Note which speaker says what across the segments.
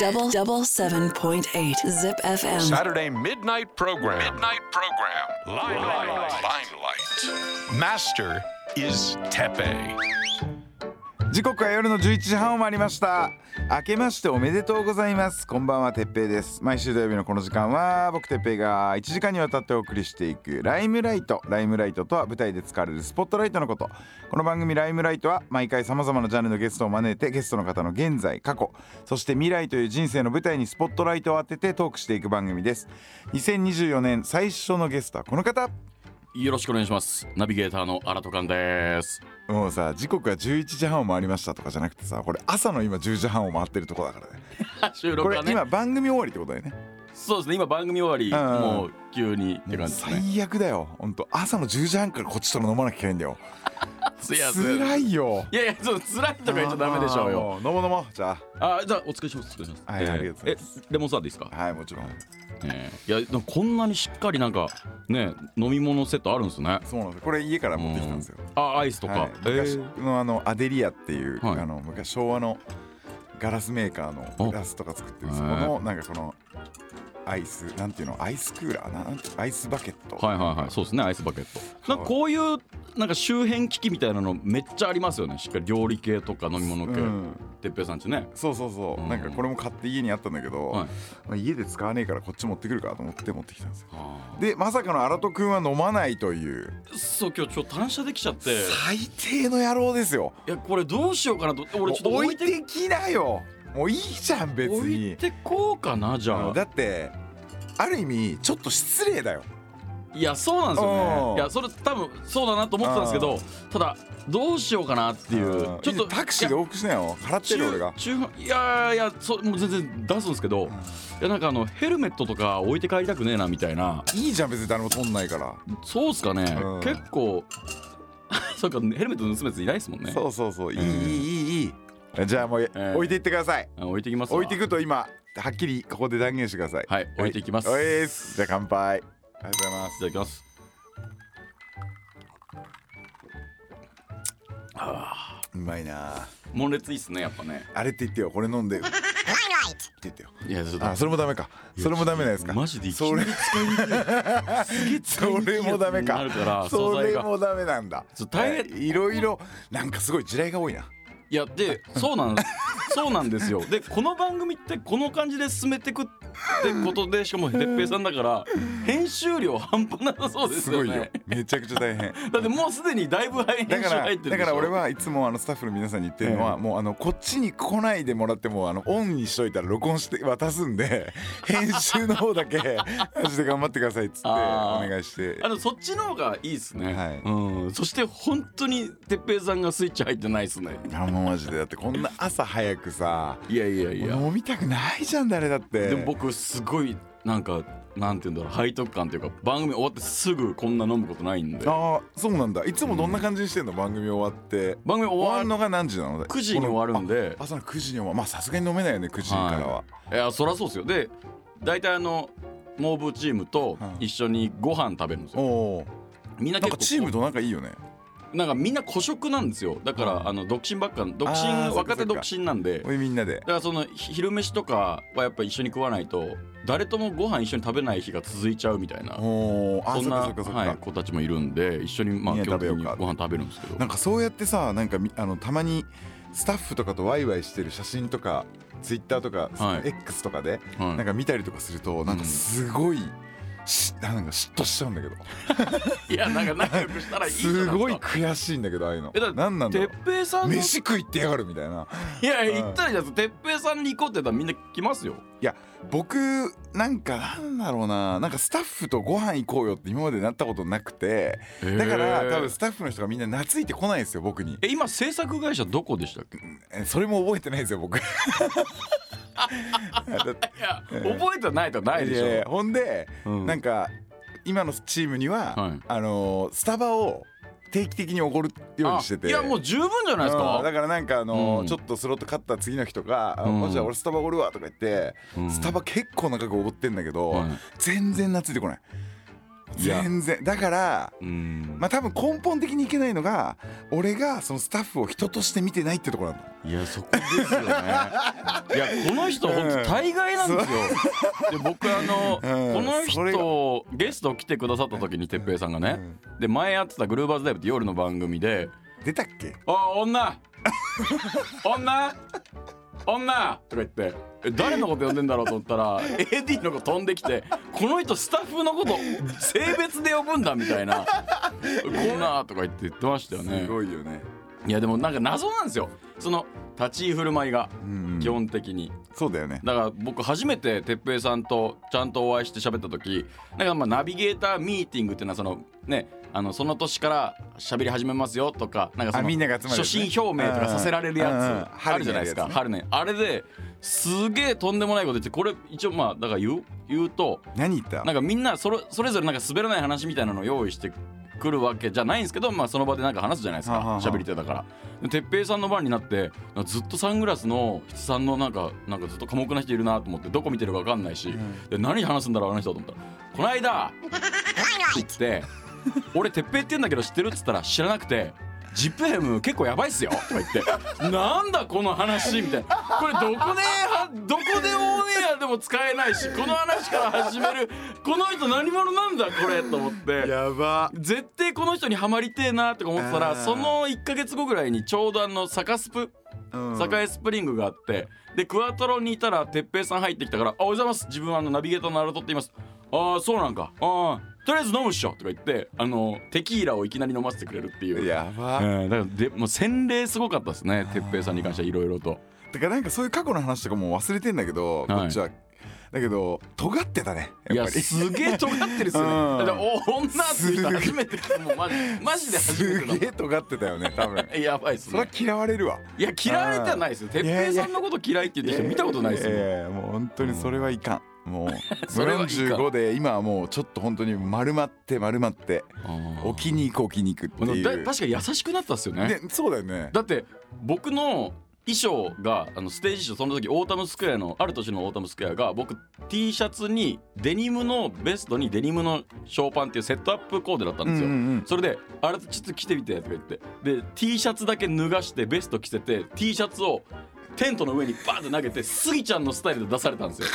Speaker 1: Double double seven point eight zip FM.
Speaker 2: Saturday midnight program. Midnight program. Limelight. Limelight. Master is Tepe.
Speaker 3: 時刻は夜の11時半を回りました明けましておめでとうございますこんばんはてっぺいです毎週土曜日のこの時間は僕てっぺいが1時間にわたってお送りしていくライムライトライムライトとは舞台で使われるスポットライトのことこの番組ライムライトは毎回様々なジャンルのゲストを招いてゲストの方の現在過去そして未来という人生の舞台にスポットライトを当ててトークしていく番組です2024年最初のゲストはこの方
Speaker 4: よろしくお願いします。ナビゲーターの荒戸勘です。
Speaker 3: もうさ時刻は11時半を回りましたとかじゃなくてさこれ朝の今10時半を回ってるとこだからね
Speaker 4: 収
Speaker 3: こ
Speaker 4: 録
Speaker 3: れ
Speaker 4: はね
Speaker 3: 今。番組終わりってことだよね
Speaker 4: そうですね。今番組終わり、
Speaker 3: うん
Speaker 4: もう急にって感じですね。
Speaker 3: 最悪だよ本当朝の10時半からこっちとら飲まなきゃいけないんだよ
Speaker 4: つやつや
Speaker 3: 辛いよ
Speaker 4: いやいや、そう辛いとか言っちゃダメでしょうよ。
Speaker 3: あーもう飲もう飲もうじゃ
Speaker 4: あ、じゃあお疲れ様です。お疲れ様です。
Speaker 3: はいありがとうございます
Speaker 4: えレモンサワーでいいですか。
Speaker 3: あはいもちろん
Speaker 4: えーいや、でもこんなにしっかりなんかね飲み物セットあるんですね。
Speaker 3: そうなんですこれ家から持ってきたんですよ
Speaker 4: あ、アイスとか。
Speaker 3: はい、昔のあのアデリアっていう、
Speaker 4: はい
Speaker 3: あの昔昭和のガラスメーカーの
Speaker 4: お
Speaker 3: グラスとか作ってるそこのなんかこのアイスなんていうのアイスクーラーななんてアイスバケット
Speaker 4: はいはいはい、そうですね、アイスバケット。なんかこういう、なんか周辺機器みたいなの、めっちゃありますよね。しっかり料理系とか飲み物系。
Speaker 3: うん
Speaker 4: てっぺいさんちね。
Speaker 3: そうそうそう、
Speaker 4: うん
Speaker 3: なんかこれも買って家にあったんだけど、
Speaker 4: はい
Speaker 3: まあ、家で使わねえからこっち持ってくるかと思って持ってきたんですよ
Speaker 4: あ
Speaker 3: でまさかの荒戸くんは飲まないという
Speaker 4: ーそう、今日ちょっと単車できちゃって。
Speaker 3: 最低の野郎ですよ
Speaker 4: いや、これどうしようかなと、俺ちょっと置
Speaker 3: 置い
Speaker 4: い
Speaker 3: て
Speaker 4: て。
Speaker 3: きなよもういいじゃん別
Speaker 4: 置
Speaker 3: に
Speaker 4: いてこうかな、じ
Speaker 3: あ
Speaker 4: ゃ
Speaker 3: の
Speaker 4: あ。
Speaker 3: だってある意味ちょっと失礼だよ
Speaker 4: いや、そうなんですよ
Speaker 3: うん
Speaker 4: ね。いや、それ、多分、そうだなと思ってたんですけど。ただ、どうしようかなっていう。ち
Speaker 3: ちょ
Speaker 4: ょ
Speaker 3: っ
Speaker 4: っ
Speaker 3: と
Speaker 4: と。
Speaker 3: タクシーで
Speaker 4: いや。
Speaker 3: 往復しなよ払ってる俺が
Speaker 4: 中中いやいやそうもう全然出すんですけど、いやなんかあのヘルメットとか置いて帰りたくねえなみたいない
Speaker 3: いじゃん別に誰も取んないから、
Speaker 4: そうっすかね、
Speaker 3: うん
Speaker 4: 結構 そうかヘルメット盗むやついないですもんね
Speaker 3: そうそうそういいいいいいいいじゃあもう、
Speaker 4: え
Speaker 3: 置いていってください
Speaker 4: あ置いてきますわ
Speaker 3: 置いてくと今はっきりここで断言してください
Speaker 4: はい置いていきます、
Speaker 3: お
Speaker 4: い、
Speaker 3: いっすじゃあ乾杯ありがとうございます
Speaker 4: ただきます
Speaker 3: うまいな
Speaker 4: モンレツいいっすねやっぱね
Speaker 3: あれって言ってよこれ飲んでって言ってよ
Speaker 4: いやちょっ
Speaker 3: あそれもダメかそれもダメなんですか
Speaker 4: マジでいき
Speaker 3: そ
Speaker 4: な
Speaker 3: れ
Speaker 4: り使いにくい
Speaker 3: それもダメか
Speaker 4: なるから素
Speaker 3: そ
Speaker 4: 材
Speaker 3: れ
Speaker 4: が
Speaker 3: もダメなんだ
Speaker 4: ちょっと大変
Speaker 3: えいろいろなんかすごい地雷が多いない
Speaker 4: やでそうなんそうなんですよでこの番組ってこの感じで進めてくってことでしかもてっぺいさんだから編集量半端なさそうです
Speaker 3: す
Speaker 4: よ
Speaker 3: ごい
Speaker 4: ね
Speaker 3: よめちゃくちゃ大 変
Speaker 4: だってもうすでにだいぶ編集
Speaker 3: だから
Speaker 4: 入ってるでしょ
Speaker 3: だから俺はいつもあのスタッフの皆さんに言ってるのは、もうあのこっちに来ないでもらってもあのオンにしといたら録音して渡すん で編集の方だけマジで頑張ってくださいっつってお
Speaker 4: あー
Speaker 3: 願いして
Speaker 4: あのそっちの方がいいですね、
Speaker 3: はい
Speaker 4: うん、そして本当に哲平さんがスイッチ入ってないですね
Speaker 3: いやもうマジでだってこんな朝早くさ
Speaker 4: いやいやいや
Speaker 3: 飲みたくないじゃん誰だって
Speaker 4: でも僕すごいなんかなんて言うんだろう背徳感というか番組終わってすぐこんな飲むことないんで番
Speaker 3: ああそうなんだいつもどんな感じにしてんの、番組終わって
Speaker 4: 組
Speaker 3: 終わ
Speaker 4: 終
Speaker 3: る
Speaker 4: わ
Speaker 3: のが何時なの
Speaker 4: 9時に終わるんで
Speaker 3: このあ朝の9時に終わるまあさすがに飲めないよね9時からは、
Speaker 4: るいやそりゃそうですよで大体あのモーブチームと一緒にご飯食べるんです
Speaker 3: お
Speaker 4: よ
Speaker 3: お
Speaker 4: みんな
Speaker 3: なん
Speaker 4: 結
Speaker 3: か
Speaker 4: 構
Speaker 3: チームと仲いいよね
Speaker 4: なんかみんな孤食なんですよだから、あの独身ばっか独
Speaker 3: あー
Speaker 4: 身
Speaker 3: そっかそ
Speaker 4: 若手
Speaker 3: っか
Speaker 4: 独身なんで
Speaker 3: おいみんなで
Speaker 4: だからそのひ昼飯とかはやっぱ一緒に食わないと誰ともご飯一緒に食べない日が続いちゃうみたいな
Speaker 3: おおあ
Speaker 4: そ
Speaker 3: そ
Speaker 4: ん
Speaker 3: っ
Speaker 4: な
Speaker 3: かそっかそっか、
Speaker 4: はい、子たちもいるんで一緒にまあ
Speaker 3: みんなで
Speaker 4: 基本的
Speaker 3: 食べ
Speaker 4: に
Speaker 3: ようか
Speaker 4: ご飯食べるんですけど
Speaker 3: なんかそうやってさなんかみあのたまにスタッフとかとワイワイしてる写真とかツイッターとか、
Speaker 4: はい
Speaker 3: X とかで、
Speaker 4: はい
Speaker 3: なんか見たりとかするとなんかすごい、しなんか嫉妬しちゃうんだけど
Speaker 4: いやなんか仲良くしたらいいじゃないですか
Speaker 3: ごい悔しいんだけどああいうの
Speaker 4: えだって
Speaker 3: 何なんだろ
Speaker 4: 哲
Speaker 3: う
Speaker 4: 平さんのい
Speaker 3: 飯食いってやがるみたいな
Speaker 4: やいや言ったらいいじゃないですか哲平さんに行こうって言ったらみんな来ますよ
Speaker 3: いや僕なんかなんだろうななんかスタッフとご飯行こうよって今までなったことなくてだから多分スタッフの人がみんな懐いてこないんですよ僕に
Speaker 4: え今制作会社どこでしたっけ
Speaker 3: えそれも覚えてないんですよ僕い
Speaker 4: いや覚えてないとはないでしょ
Speaker 3: やいやほんで、
Speaker 4: うん
Speaker 3: なんか今のチームには、
Speaker 4: はい
Speaker 3: あのースタバを定期的におごるようにしてて
Speaker 4: あいやもう十分じゃないです
Speaker 3: うんだ
Speaker 4: か
Speaker 3: からなんかあのー
Speaker 4: うん
Speaker 3: ちょっとスロット勝った次の日とか
Speaker 4: う
Speaker 3: 「
Speaker 4: ん
Speaker 3: あじゃあ俺スタバおごるわ」とか言って、
Speaker 4: うん
Speaker 3: スタバ結構長くおごってんだけど、
Speaker 4: はい
Speaker 3: 全然懐いてこない
Speaker 4: いや
Speaker 3: 全然だから
Speaker 4: うん
Speaker 3: まあ多分根本的にいけないのが俺がそのスタッフを人として見てないってところなの
Speaker 4: いやそこですよねいやこの人本当大概なんですよ、で僕あの、
Speaker 3: う
Speaker 4: こ
Speaker 3: ん
Speaker 4: の
Speaker 3: それが
Speaker 4: 人ゲスト来てくださった時に哲平さんがね、で前やってた「グルーバーズライブ」って夜の番組で
Speaker 3: 出たっけ
Speaker 4: 「あ女 女女!」とか言ってえ誰のこと呼んでんだろうと思ったら AD の子飛んできてこの人スタッフのこと性別で呼ぶんだみたいな「女!」とか言って言ってましたよね
Speaker 3: す。ごいよね、
Speaker 4: いやでもなんか謎なんですよその立ち居振る舞いが
Speaker 3: うん
Speaker 4: 基本的に、
Speaker 3: そうだよね
Speaker 4: だから僕初めて哲平さんとちゃんとお会いして喋った時なんかまあナビゲーターミーティングっていうのはそのねあのその年から喋り始めますよとかなんかそ
Speaker 3: あ
Speaker 4: の
Speaker 3: みんなが集まるやつね
Speaker 4: 初心表明とかさせられる
Speaker 3: うんうん
Speaker 4: やつあるじゃないですか春ねあれですげえとんでもないこと言ってこれ一応まあだから言う言うと
Speaker 3: 何言った
Speaker 4: なんかみんなそれそれぞれなんか滑らない話みたいなのを用意してくるわけじゃないんですけど、まあ、その場でなんか話すじゃないです
Speaker 3: はあは
Speaker 4: か
Speaker 3: あ
Speaker 4: 喋り手だから。で哲平さんの番になってなんかずっとサングラスの七さんのなんかなんかずっと寡黙な人いるなと思ってどこ見てるか分かんないし、で何話すんだろうあの人と思ったら「この間!」って言って「俺哲平って言うんだけど知ってる?」っつったら知らなくて。ジップヘム結構やばいっすよとか言って「なんだこの話」みたいなこれどこではどこでオンエアでも使えないしこの話から始めるこの人何者なんだこれと思って
Speaker 3: やば
Speaker 4: 絶対この人にはまりてえなとか思ってた
Speaker 3: あ
Speaker 4: ら
Speaker 3: ー
Speaker 4: その1か月後ぐらいにちょうどあのサカスプ
Speaker 3: うん
Speaker 4: 栄スプリングがあってでクワトロにいたら哲平さん入ってきたから「あおはようございます自分はあのナビゲーターのアラトって言います」「ああそうなんかああとりあえず飲むっしょ」とか言ってあのテキーラをいきなり飲ませてくれるっていう。
Speaker 3: やば、
Speaker 4: うん、だからでもう洗礼すごかったですね哲平さんに関してはいろいろと
Speaker 3: だからなんかそういう過去の話とかもう忘れてんだけど、
Speaker 4: はい
Speaker 3: こっちはだけど尖ってたね
Speaker 4: い
Speaker 3: やっ
Speaker 4: や
Speaker 3: ぱり
Speaker 4: すげえ尖ってるっすよ
Speaker 3: うん
Speaker 4: ねだからお女っていう人初めて聞くもうマジマジで初めてだも
Speaker 3: すげえ尖ってたよね 多分
Speaker 4: んやばいっす
Speaker 3: そりゃ
Speaker 4: ね
Speaker 3: 嫌われるわ
Speaker 4: いや嫌われてはないですよ哲
Speaker 3: いや
Speaker 4: 平
Speaker 3: いや
Speaker 4: さんのこと嫌いって言ってる人見たことないです
Speaker 3: い
Speaker 4: よ
Speaker 3: やいやもう本当にそれはいかん、もう
Speaker 4: それはいかん
Speaker 3: 45で今はもうちょっと本当に丸まって丸まって置きに行く置きに行くって
Speaker 4: だ
Speaker 3: い
Speaker 4: 確
Speaker 3: う
Speaker 4: かに優しくなったっすよね
Speaker 3: ねそうだよね
Speaker 4: だって僕の衣装があのステージ衣装その時オータムスクエアのある年のオータムスクエアが僕 T シャツにデニムのベストにデニムのショーパンっていうセットアップコーデだったんですよ、
Speaker 3: うんうんうん
Speaker 4: それで「あれちょっと着てみて」とか言ってで T シャツだけ脱がしてベスト着せて T シャツをテントの上にバーンって投げてスギちゃんのスタイルで出されたん ですよ。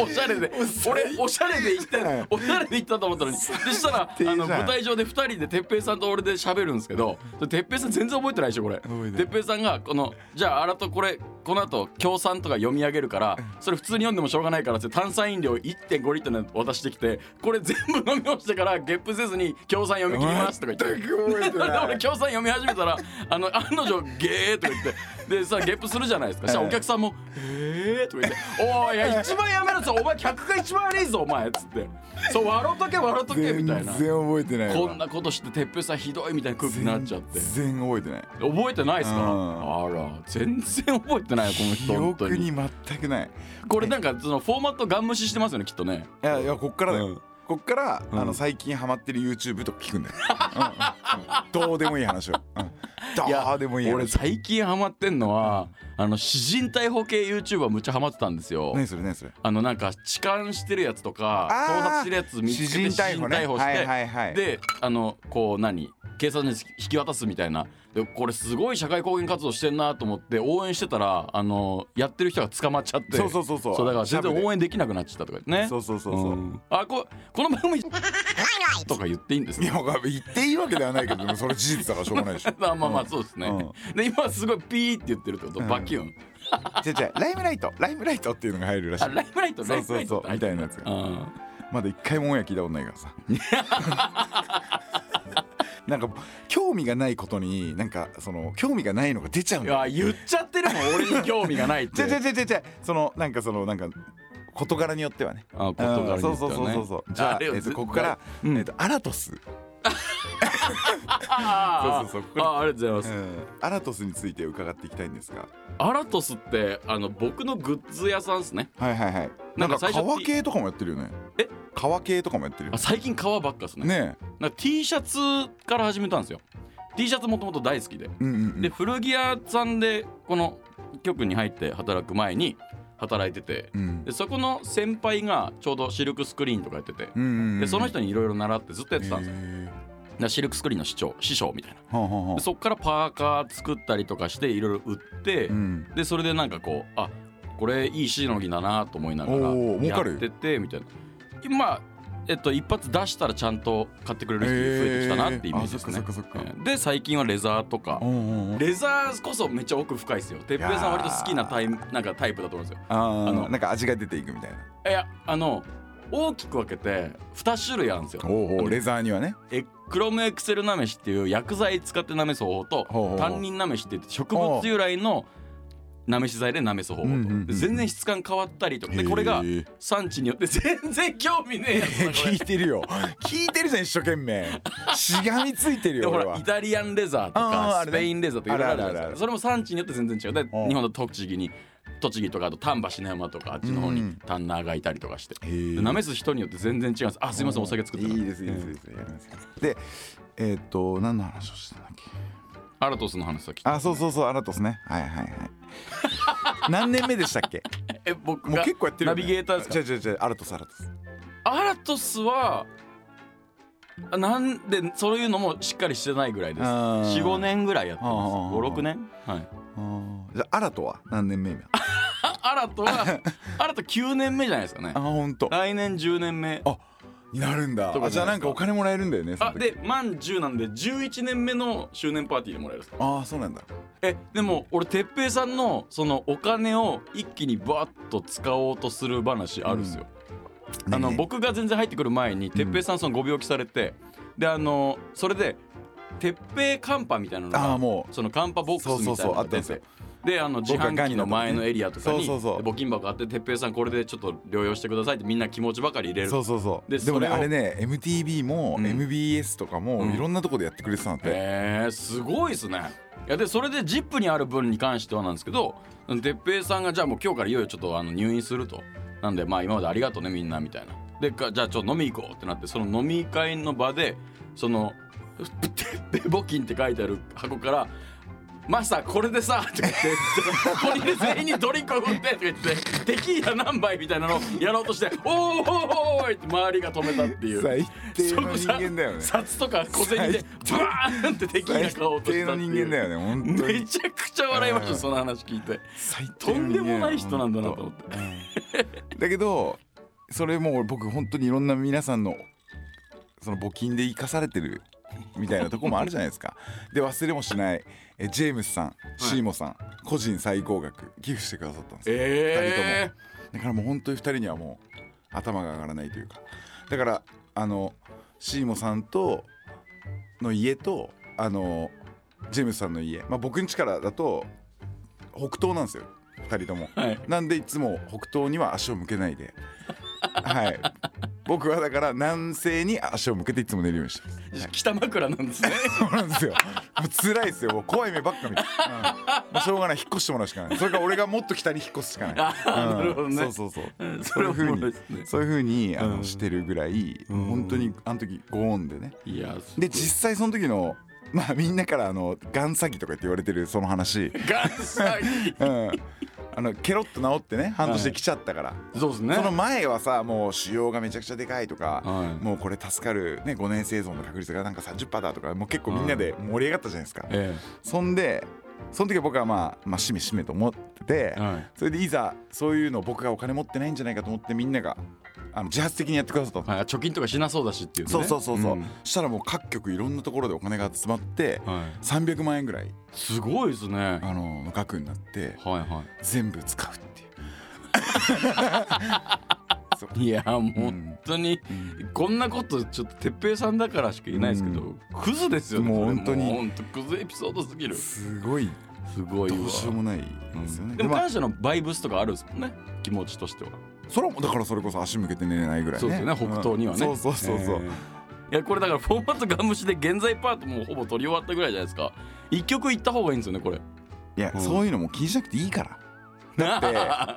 Speaker 4: おしゃれで俺おしゃれで行ったおしゃれで行ったと思ったのにでしたらあ
Speaker 3: 低じゃん
Speaker 4: の舞台上で2人で哲平さんと俺で喋るんですけどそれ哲平さん全然覚えてないでしょこれ
Speaker 3: 覚えてな
Speaker 4: 哲
Speaker 3: い
Speaker 4: 平さんがこの「じゃああらとこれこの後協賛とか読み上げるからそれ普通に読んでもしょうがないから」って炭酸飲料1.5リットルの渡してきてこれ全部飲み干してからゲップせずに協賛読み切りますとか言って
Speaker 3: 全く覚え
Speaker 4: で
Speaker 3: てな
Speaker 4: 俺
Speaker 3: い
Speaker 4: 協賛読み始めたらあの案の定「ゲー」とか言ってでさゲップするじゃないですかしたらお客さんも「えー」とか言って「おいいや一番やめろっつってお前客が一番悪いぞお前」っつって「そう笑っとけ笑っとけ」み
Speaker 3: 全
Speaker 4: た
Speaker 3: 然
Speaker 4: いな
Speaker 3: 覚えてないわ
Speaker 4: こんなことして鉄平さんひどいみたいな空気になっちゃって
Speaker 3: 全然覚えてない
Speaker 4: 覚えてないですか
Speaker 3: うん
Speaker 4: あら全然覚えてないよこの人
Speaker 3: 記
Speaker 4: 本当
Speaker 3: 憶
Speaker 4: に
Speaker 3: に全くない
Speaker 4: これなんかそのフォーマットガン無視してますよねきっとね
Speaker 3: いやいやこっからだよ、
Speaker 4: うん
Speaker 3: こっから、
Speaker 4: うん
Speaker 3: あの最近ハマってる YouTube とか聞くんだよ、うんうんうんどうでもいい話を、うん、どうでもいい話
Speaker 4: 俺最近ハマってんのはあの詩人逮捕系 YouTuber むっちゃハマってたんですよ
Speaker 3: 何それ何それ
Speaker 4: あのなんか痴漢してるやつとか
Speaker 3: あー
Speaker 4: 盗撮してるやつ見つけて
Speaker 3: 私人逮捕ね
Speaker 4: 私人逮捕して、
Speaker 3: はいはいはい
Speaker 4: であのこう何警察に引き渡すみたいなでこれすごい社会貢献活動してんなと思って応援してたらあのやってる人が捕まっちゃって
Speaker 3: そうそうそうそう
Speaker 4: だから全然応援できなくなっちゃったとかね
Speaker 3: そうそうそうそうん
Speaker 4: あここの番組とか言っていいんです
Speaker 3: い
Speaker 4: ね
Speaker 3: やわかんない言っていいわけではないけどでもそれ事実だからしょうがないでしょ
Speaker 4: まあまあまあそうですね、で今はすごいピーって言ってるってこと、バキュン
Speaker 3: じゃじゃライムライトライムライトっていうのが入るらしい
Speaker 4: あライフライトラ
Speaker 3: そ
Speaker 4: イ
Speaker 3: う
Speaker 4: フラ
Speaker 3: そう
Speaker 4: イ
Speaker 3: そ
Speaker 4: ト
Speaker 3: うみたいなやつ
Speaker 4: う
Speaker 3: が
Speaker 4: ん
Speaker 3: まだ一回もオンエア聞いたことないからさ なんか興味がないことになんかその興味がないのが出ちゃうん
Speaker 4: い
Speaker 3: だよ
Speaker 4: や言っちゃってるもん俺に興味が ないっ
Speaker 3: じ
Speaker 4: て
Speaker 3: ゃじゃじゃじゃじゃそのなんかそのなんか事柄によってはね
Speaker 4: あ事柄によってはね
Speaker 3: うんそうそうそうそうそうじゃあ
Speaker 4: あれを
Speaker 3: えっと
Speaker 4: ず
Speaker 3: ここから
Speaker 4: うん
Speaker 3: えっとアラトス
Speaker 4: あー
Speaker 3: そうそうそうこれ
Speaker 4: あーありがとうござい
Speaker 3: う
Speaker 4: ます、
Speaker 3: んアラトスについて伺っていきたいんですが
Speaker 4: アラトスってあの僕のグッズ屋さんですね
Speaker 3: はいはいはいな
Speaker 4: なんん
Speaker 3: か
Speaker 4: か最初
Speaker 3: 革系とかもやってるよね
Speaker 4: え
Speaker 3: 革系とかもやってるよ
Speaker 4: あ最近革ばっかですね
Speaker 3: ねえ
Speaker 4: なんか T シャツから始めたんですよ T シャツもともと大好きで
Speaker 3: うんうんうん
Speaker 4: で古着屋さんでこの局に入って働く前に働いてて
Speaker 3: うん
Speaker 4: でそこの先輩がちょうどシルクスクリーンとかやってて
Speaker 3: うんうん
Speaker 4: でその人にいろいろ習ってずっとやってたんですよ
Speaker 3: へ
Speaker 4: だからシルクスクリーンの師匠師匠みたいな
Speaker 3: ーはあはあは
Speaker 4: で
Speaker 3: あ
Speaker 4: そっからパーカー作ったりとかしていろいろ売って
Speaker 3: うん
Speaker 4: でそれでなんかこうあこれいいしのぎだなと思いながら
Speaker 3: おー儲
Speaker 4: や
Speaker 3: か
Speaker 4: っ
Speaker 3: る
Speaker 4: ててみたいな今えっと一発出したらちゃんと買ってくれる人増えてきたなってイメージです
Speaker 3: へ
Speaker 4: ね
Speaker 3: ーあそっかそっかそっ
Speaker 4: で最近はレザーとか
Speaker 3: おうおうおう
Speaker 4: レザーこそめっちゃ奥深いですよ哲平さん割と好きなタイムなんかタイプだと思うんですよ
Speaker 3: あ
Speaker 4: あ
Speaker 3: の
Speaker 4: の
Speaker 3: なんか味が出ていくみたいない
Speaker 4: やあの大きく分けて2種類あるんですよ
Speaker 3: おうおうレザーにはね
Speaker 4: えクロムエクセルなめしっていう薬剤使ってなめす方法と
Speaker 3: ほうほう
Speaker 4: 担任なめしって言って植物由来のなめし剤でなめす方法
Speaker 3: うんうんう
Speaker 4: と
Speaker 3: ん
Speaker 4: で全然質感変わったりとかでこれが
Speaker 3: へー
Speaker 4: 産地によって全然興味ねえやつだこ
Speaker 3: 聞いてるよ聞いてるじゃん一生懸命しがみついて
Speaker 4: れ
Speaker 3: る
Speaker 4: で
Speaker 3: よ
Speaker 4: ほ
Speaker 3: 俺
Speaker 4: ら
Speaker 3: は
Speaker 4: イタリアンレザーと
Speaker 3: あーあ
Speaker 4: か
Speaker 3: れ
Speaker 4: ス
Speaker 3: ね
Speaker 4: ペインレザーとかいろいろあるじゃない
Speaker 3: あるあるあ
Speaker 4: で
Speaker 3: る
Speaker 4: すかそれも産地によって全然違うで
Speaker 3: うん
Speaker 4: 日本の栃木に栃木とかあと丹波市の山とかあっちの方
Speaker 3: う
Speaker 4: に
Speaker 3: ん
Speaker 4: タンナーがいたりとかして
Speaker 3: へー
Speaker 4: でなめす人によって全然違うんですあすいませんお酒作ってなか
Speaker 3: い
Speaker 4: っ
Speaker 3: い
Speaker 4: た
Speaker 3: ですいいですいいですやりますでえっと何の話をしてたんだっけ
Speaker 4: アラトスの話さっき
Speaker 3: あそうそうそうアラトスねはいは いはい何年目でしたっけ
Speaker 4: え僕
Speaker 3: もう
Speaker 4: が
Speaker 3: 結構やってるよね
Speaker 4: ナビゲーターですか
Speaker 3: 違う違う違うアラトスアラトス
Speaker 4: アラトスはあなんでそういうのもしっかりしてないぐらいです
Speaker 3: あー
Speaker 4: 45年ぐらいやって
Speaker 3: あ
Speaker 4: ます
Speaker 3: ー
Speaker 4: 56年はい
Speaker 3: あーじゃあアラトは何年目今
Speaker 4: あアラトはアラト9年目じゃないですかね
Speaker 3: あ本当
Speaker 4: 来年10年目
Speaker 3: あになるんだ
Speaker 4: と
Speaker 3: あ
Speaker 4: か
Speaker 3: じ
Speaker 4: じゃ
Speaker 3: ゃあ
Speaker 4: な
Speaker 3: ない
Speaker 4: ですか
Speaker 3: んかお金もらえるんだよねその
Speaker 4: あ
Speaker 3: 時
Speaker 4: で満10なんで11年目の周年パーティーでもらえるんですか
Speaker 3: あーそうなんだ
Speaker 4: えでも俺哲平さんのそのお金を一気にバーッと使おうとする話あるんですよ、あの
Speaker 3: ね
Speaker 4: 僕が全然入ってくる前に哲平さんそのご病気されて、であのそれで哲平カンパみたいなの
Speaker 3: あ
Speaker 4: が
Speaker 3: ーもう
Speaker 4: そのカンパボックスみたいなのが出て
Speaker 3: そうそうそうあったんですよ
Speaker 4: であの自販機の前のエリアとかに
Speaker 3: 僕がガンになった時ねそうそうそう
Speaker 4: で募金箱あって哲平さんこれでちょっと療養してくださいってみんな気持ちばかり入れる
Speaker 3: そうそうそうで
Speaker 4: で
Speaker 3: もね
Speaker 4: それを
Speaker 3: あれね MTV も
Speaker 4: うん
Speaker 3: MBS とかも
Speaker 4: うん
Speaker 3: いろんなとこでやってくれてたんだって、
Speaker 4: へえすごいですねいやでそれで「ジップにある分に関してはなんですけど哲平さんがじゃあもう今日からいよいよちょっとあの入院するとなんでまあ今までありがとうねみんなみたいなでかじゃあちょっと飲み行こうってなってその飲み会の場でその「哲平募金」って書いてある箱から「マスターこれでさ」って言って「これで全員にドリンクを振って」とか言ってテキーラ何杯みたいなのをやろうとして「おーおーおーおい!」って周りが止めたっていう。
Speaker 3: 最低の人間だよね
Speaker 4: 札とか小銭でバーンって敵に顔
Speaker 3: 最
Speaker 4: 落とし
Speaker 3: 低
Speaker 4: た
Speaker 3: の
Speaker 4: っていう
Speaker 3: 人間だよね本当
Speaker 4: め
Speaker 3: に
Speaker 4: ちゃくちゃ笑いまし
Speaker 3: う
Speaker 4: た
Speaker 3: ん
Speaker 4: その話聞いて
Speaker 3: 最低
Speaker 4: と
Speaker 3: の
Speaker 4: ん
Speaker 3: 人
Speaker 4: でも
Speaker 3: 間
Speaker 4: ない人なんだなと思って
Speaker 3: うんだけどそれもう僕本当にいろんな皆さんのその募金で生かされてるみたいなとこもあるじゃないですかで忘れもしないえジェームスさんシーモさん、個人最高額寄付してくださったんですよ
Speaker 4: え
Speaker 3: だからもう本当に2人にはもう頭が上がらないというかだからあのシーモさんとの家とあのジェームスさんの家、まあ、僕ん家からだと北東なんですよ2人とも、
Speaker 4: はい
Speaker 3: なんでいつも北東には足を向けな いではい僕はだから南西に足を向けていつも寝るようにしてます
Speaker 4: ー北枕なんですね
Speaker 3: そうなんですよもう辛いですよもう怖い目ばっか見て、うんもうしょうがない引っ越してもらうしかないそれから俺がもっと北に引っ越すしかない
Speaker 4: あーなるほどね
Speaker 3: うんそうそうそう
Speaker 4: うんそ
Speaker 3: そう
Speaker 4: れ
Speaker 3: いう
Speaker 4: は
Speaker 3: ふう
Speaker 4: もで
Speaker 3: に
Speaker 4: すね
Speaker 3: そういうふうにあ
Speaker 4: う
Speaker 3: の
Speaker 4: ん
Speaker 3: してるぐらい、
Speaker 4: うん
Speaker 3: 本当にあの時ご恩でね
Speaker 4: いやすご
Speaker 3: で
Speaker 4: い
Speaker 3: 実際その時のまあみんなからあのがん詐欺とかって言われてるその 話、
Speaker 4: ガンサギ
Speaker 3: うん、あのケロッと治ってね半年で来ちゃったから、
Speaker 4: そうですね
Speaker 3: その前はさもう腫瘍がめちゃくちゃでかいとか、
Speaker 4: はい
Speaker 3: もうこれ助かる、ね、5年生存の確率がなんか30%だとかもう結構みんなで盛り上がったじゃないですか、
Speaker 4: え
Speaker 3: そんでその時は僕はまあ、まあ、しめしめと思ってて、
Speaker 4: えはい
Speaker 3: それでいざそういうの僕がお金持ってないんじゃないかと思ってみんながあの自発的にやってくださったの、
Speaker 4: はい貯金とかしなそうだしっていうね
Speaker 3: そうそうそうそう、
Speaker 4: ん
Speaker 3: したらもう各局いろんなところでお金が集まって
Speaker 4: はい
Speaker 3: 300万円ぐらい
Speaker 4: すごいですねは
Speaker 3: あの額になって
Speaker 4: いは
Speaker 3: 全部使うっていう
Speaker 4: いいやもう
Speaker 3: うん
Speaker 4: 本当にこんなことちょっと哲平さんだからしか言えないですけど、
Speaker 3: うん
Speaker 4: クズですよね
Speaker 3: もう
Speaker 4: それ
Speaker 3: 本当に
Speaker 4: もう本当クズエピソードすぎるす
Speaker 3: すごい
Speaker 4: ごいわ
Speaker 3: どうしようもないですよね、
Speaker 4: でも
Speaker 3: まあ
Speaker 4: 感謝のバイブスとかあるんですもんね気持ちとしては、
Speaker 3: それもだからそれこそ足向けて寝れないぐらいね
Speaker 4: そうですよね北東にはね、
Speaker 3: うんそうそうそうそう、
Speaker 4: えーいやこれだからフォーマットガン無視で現在パートもうほぼ取り終わったぐらいじゃないですか一曲いった方がいいんですよねこれ
Speaker 3: いや、
Speaker 4: うん
Speaker 3: そういうのも気にしなくていいから だ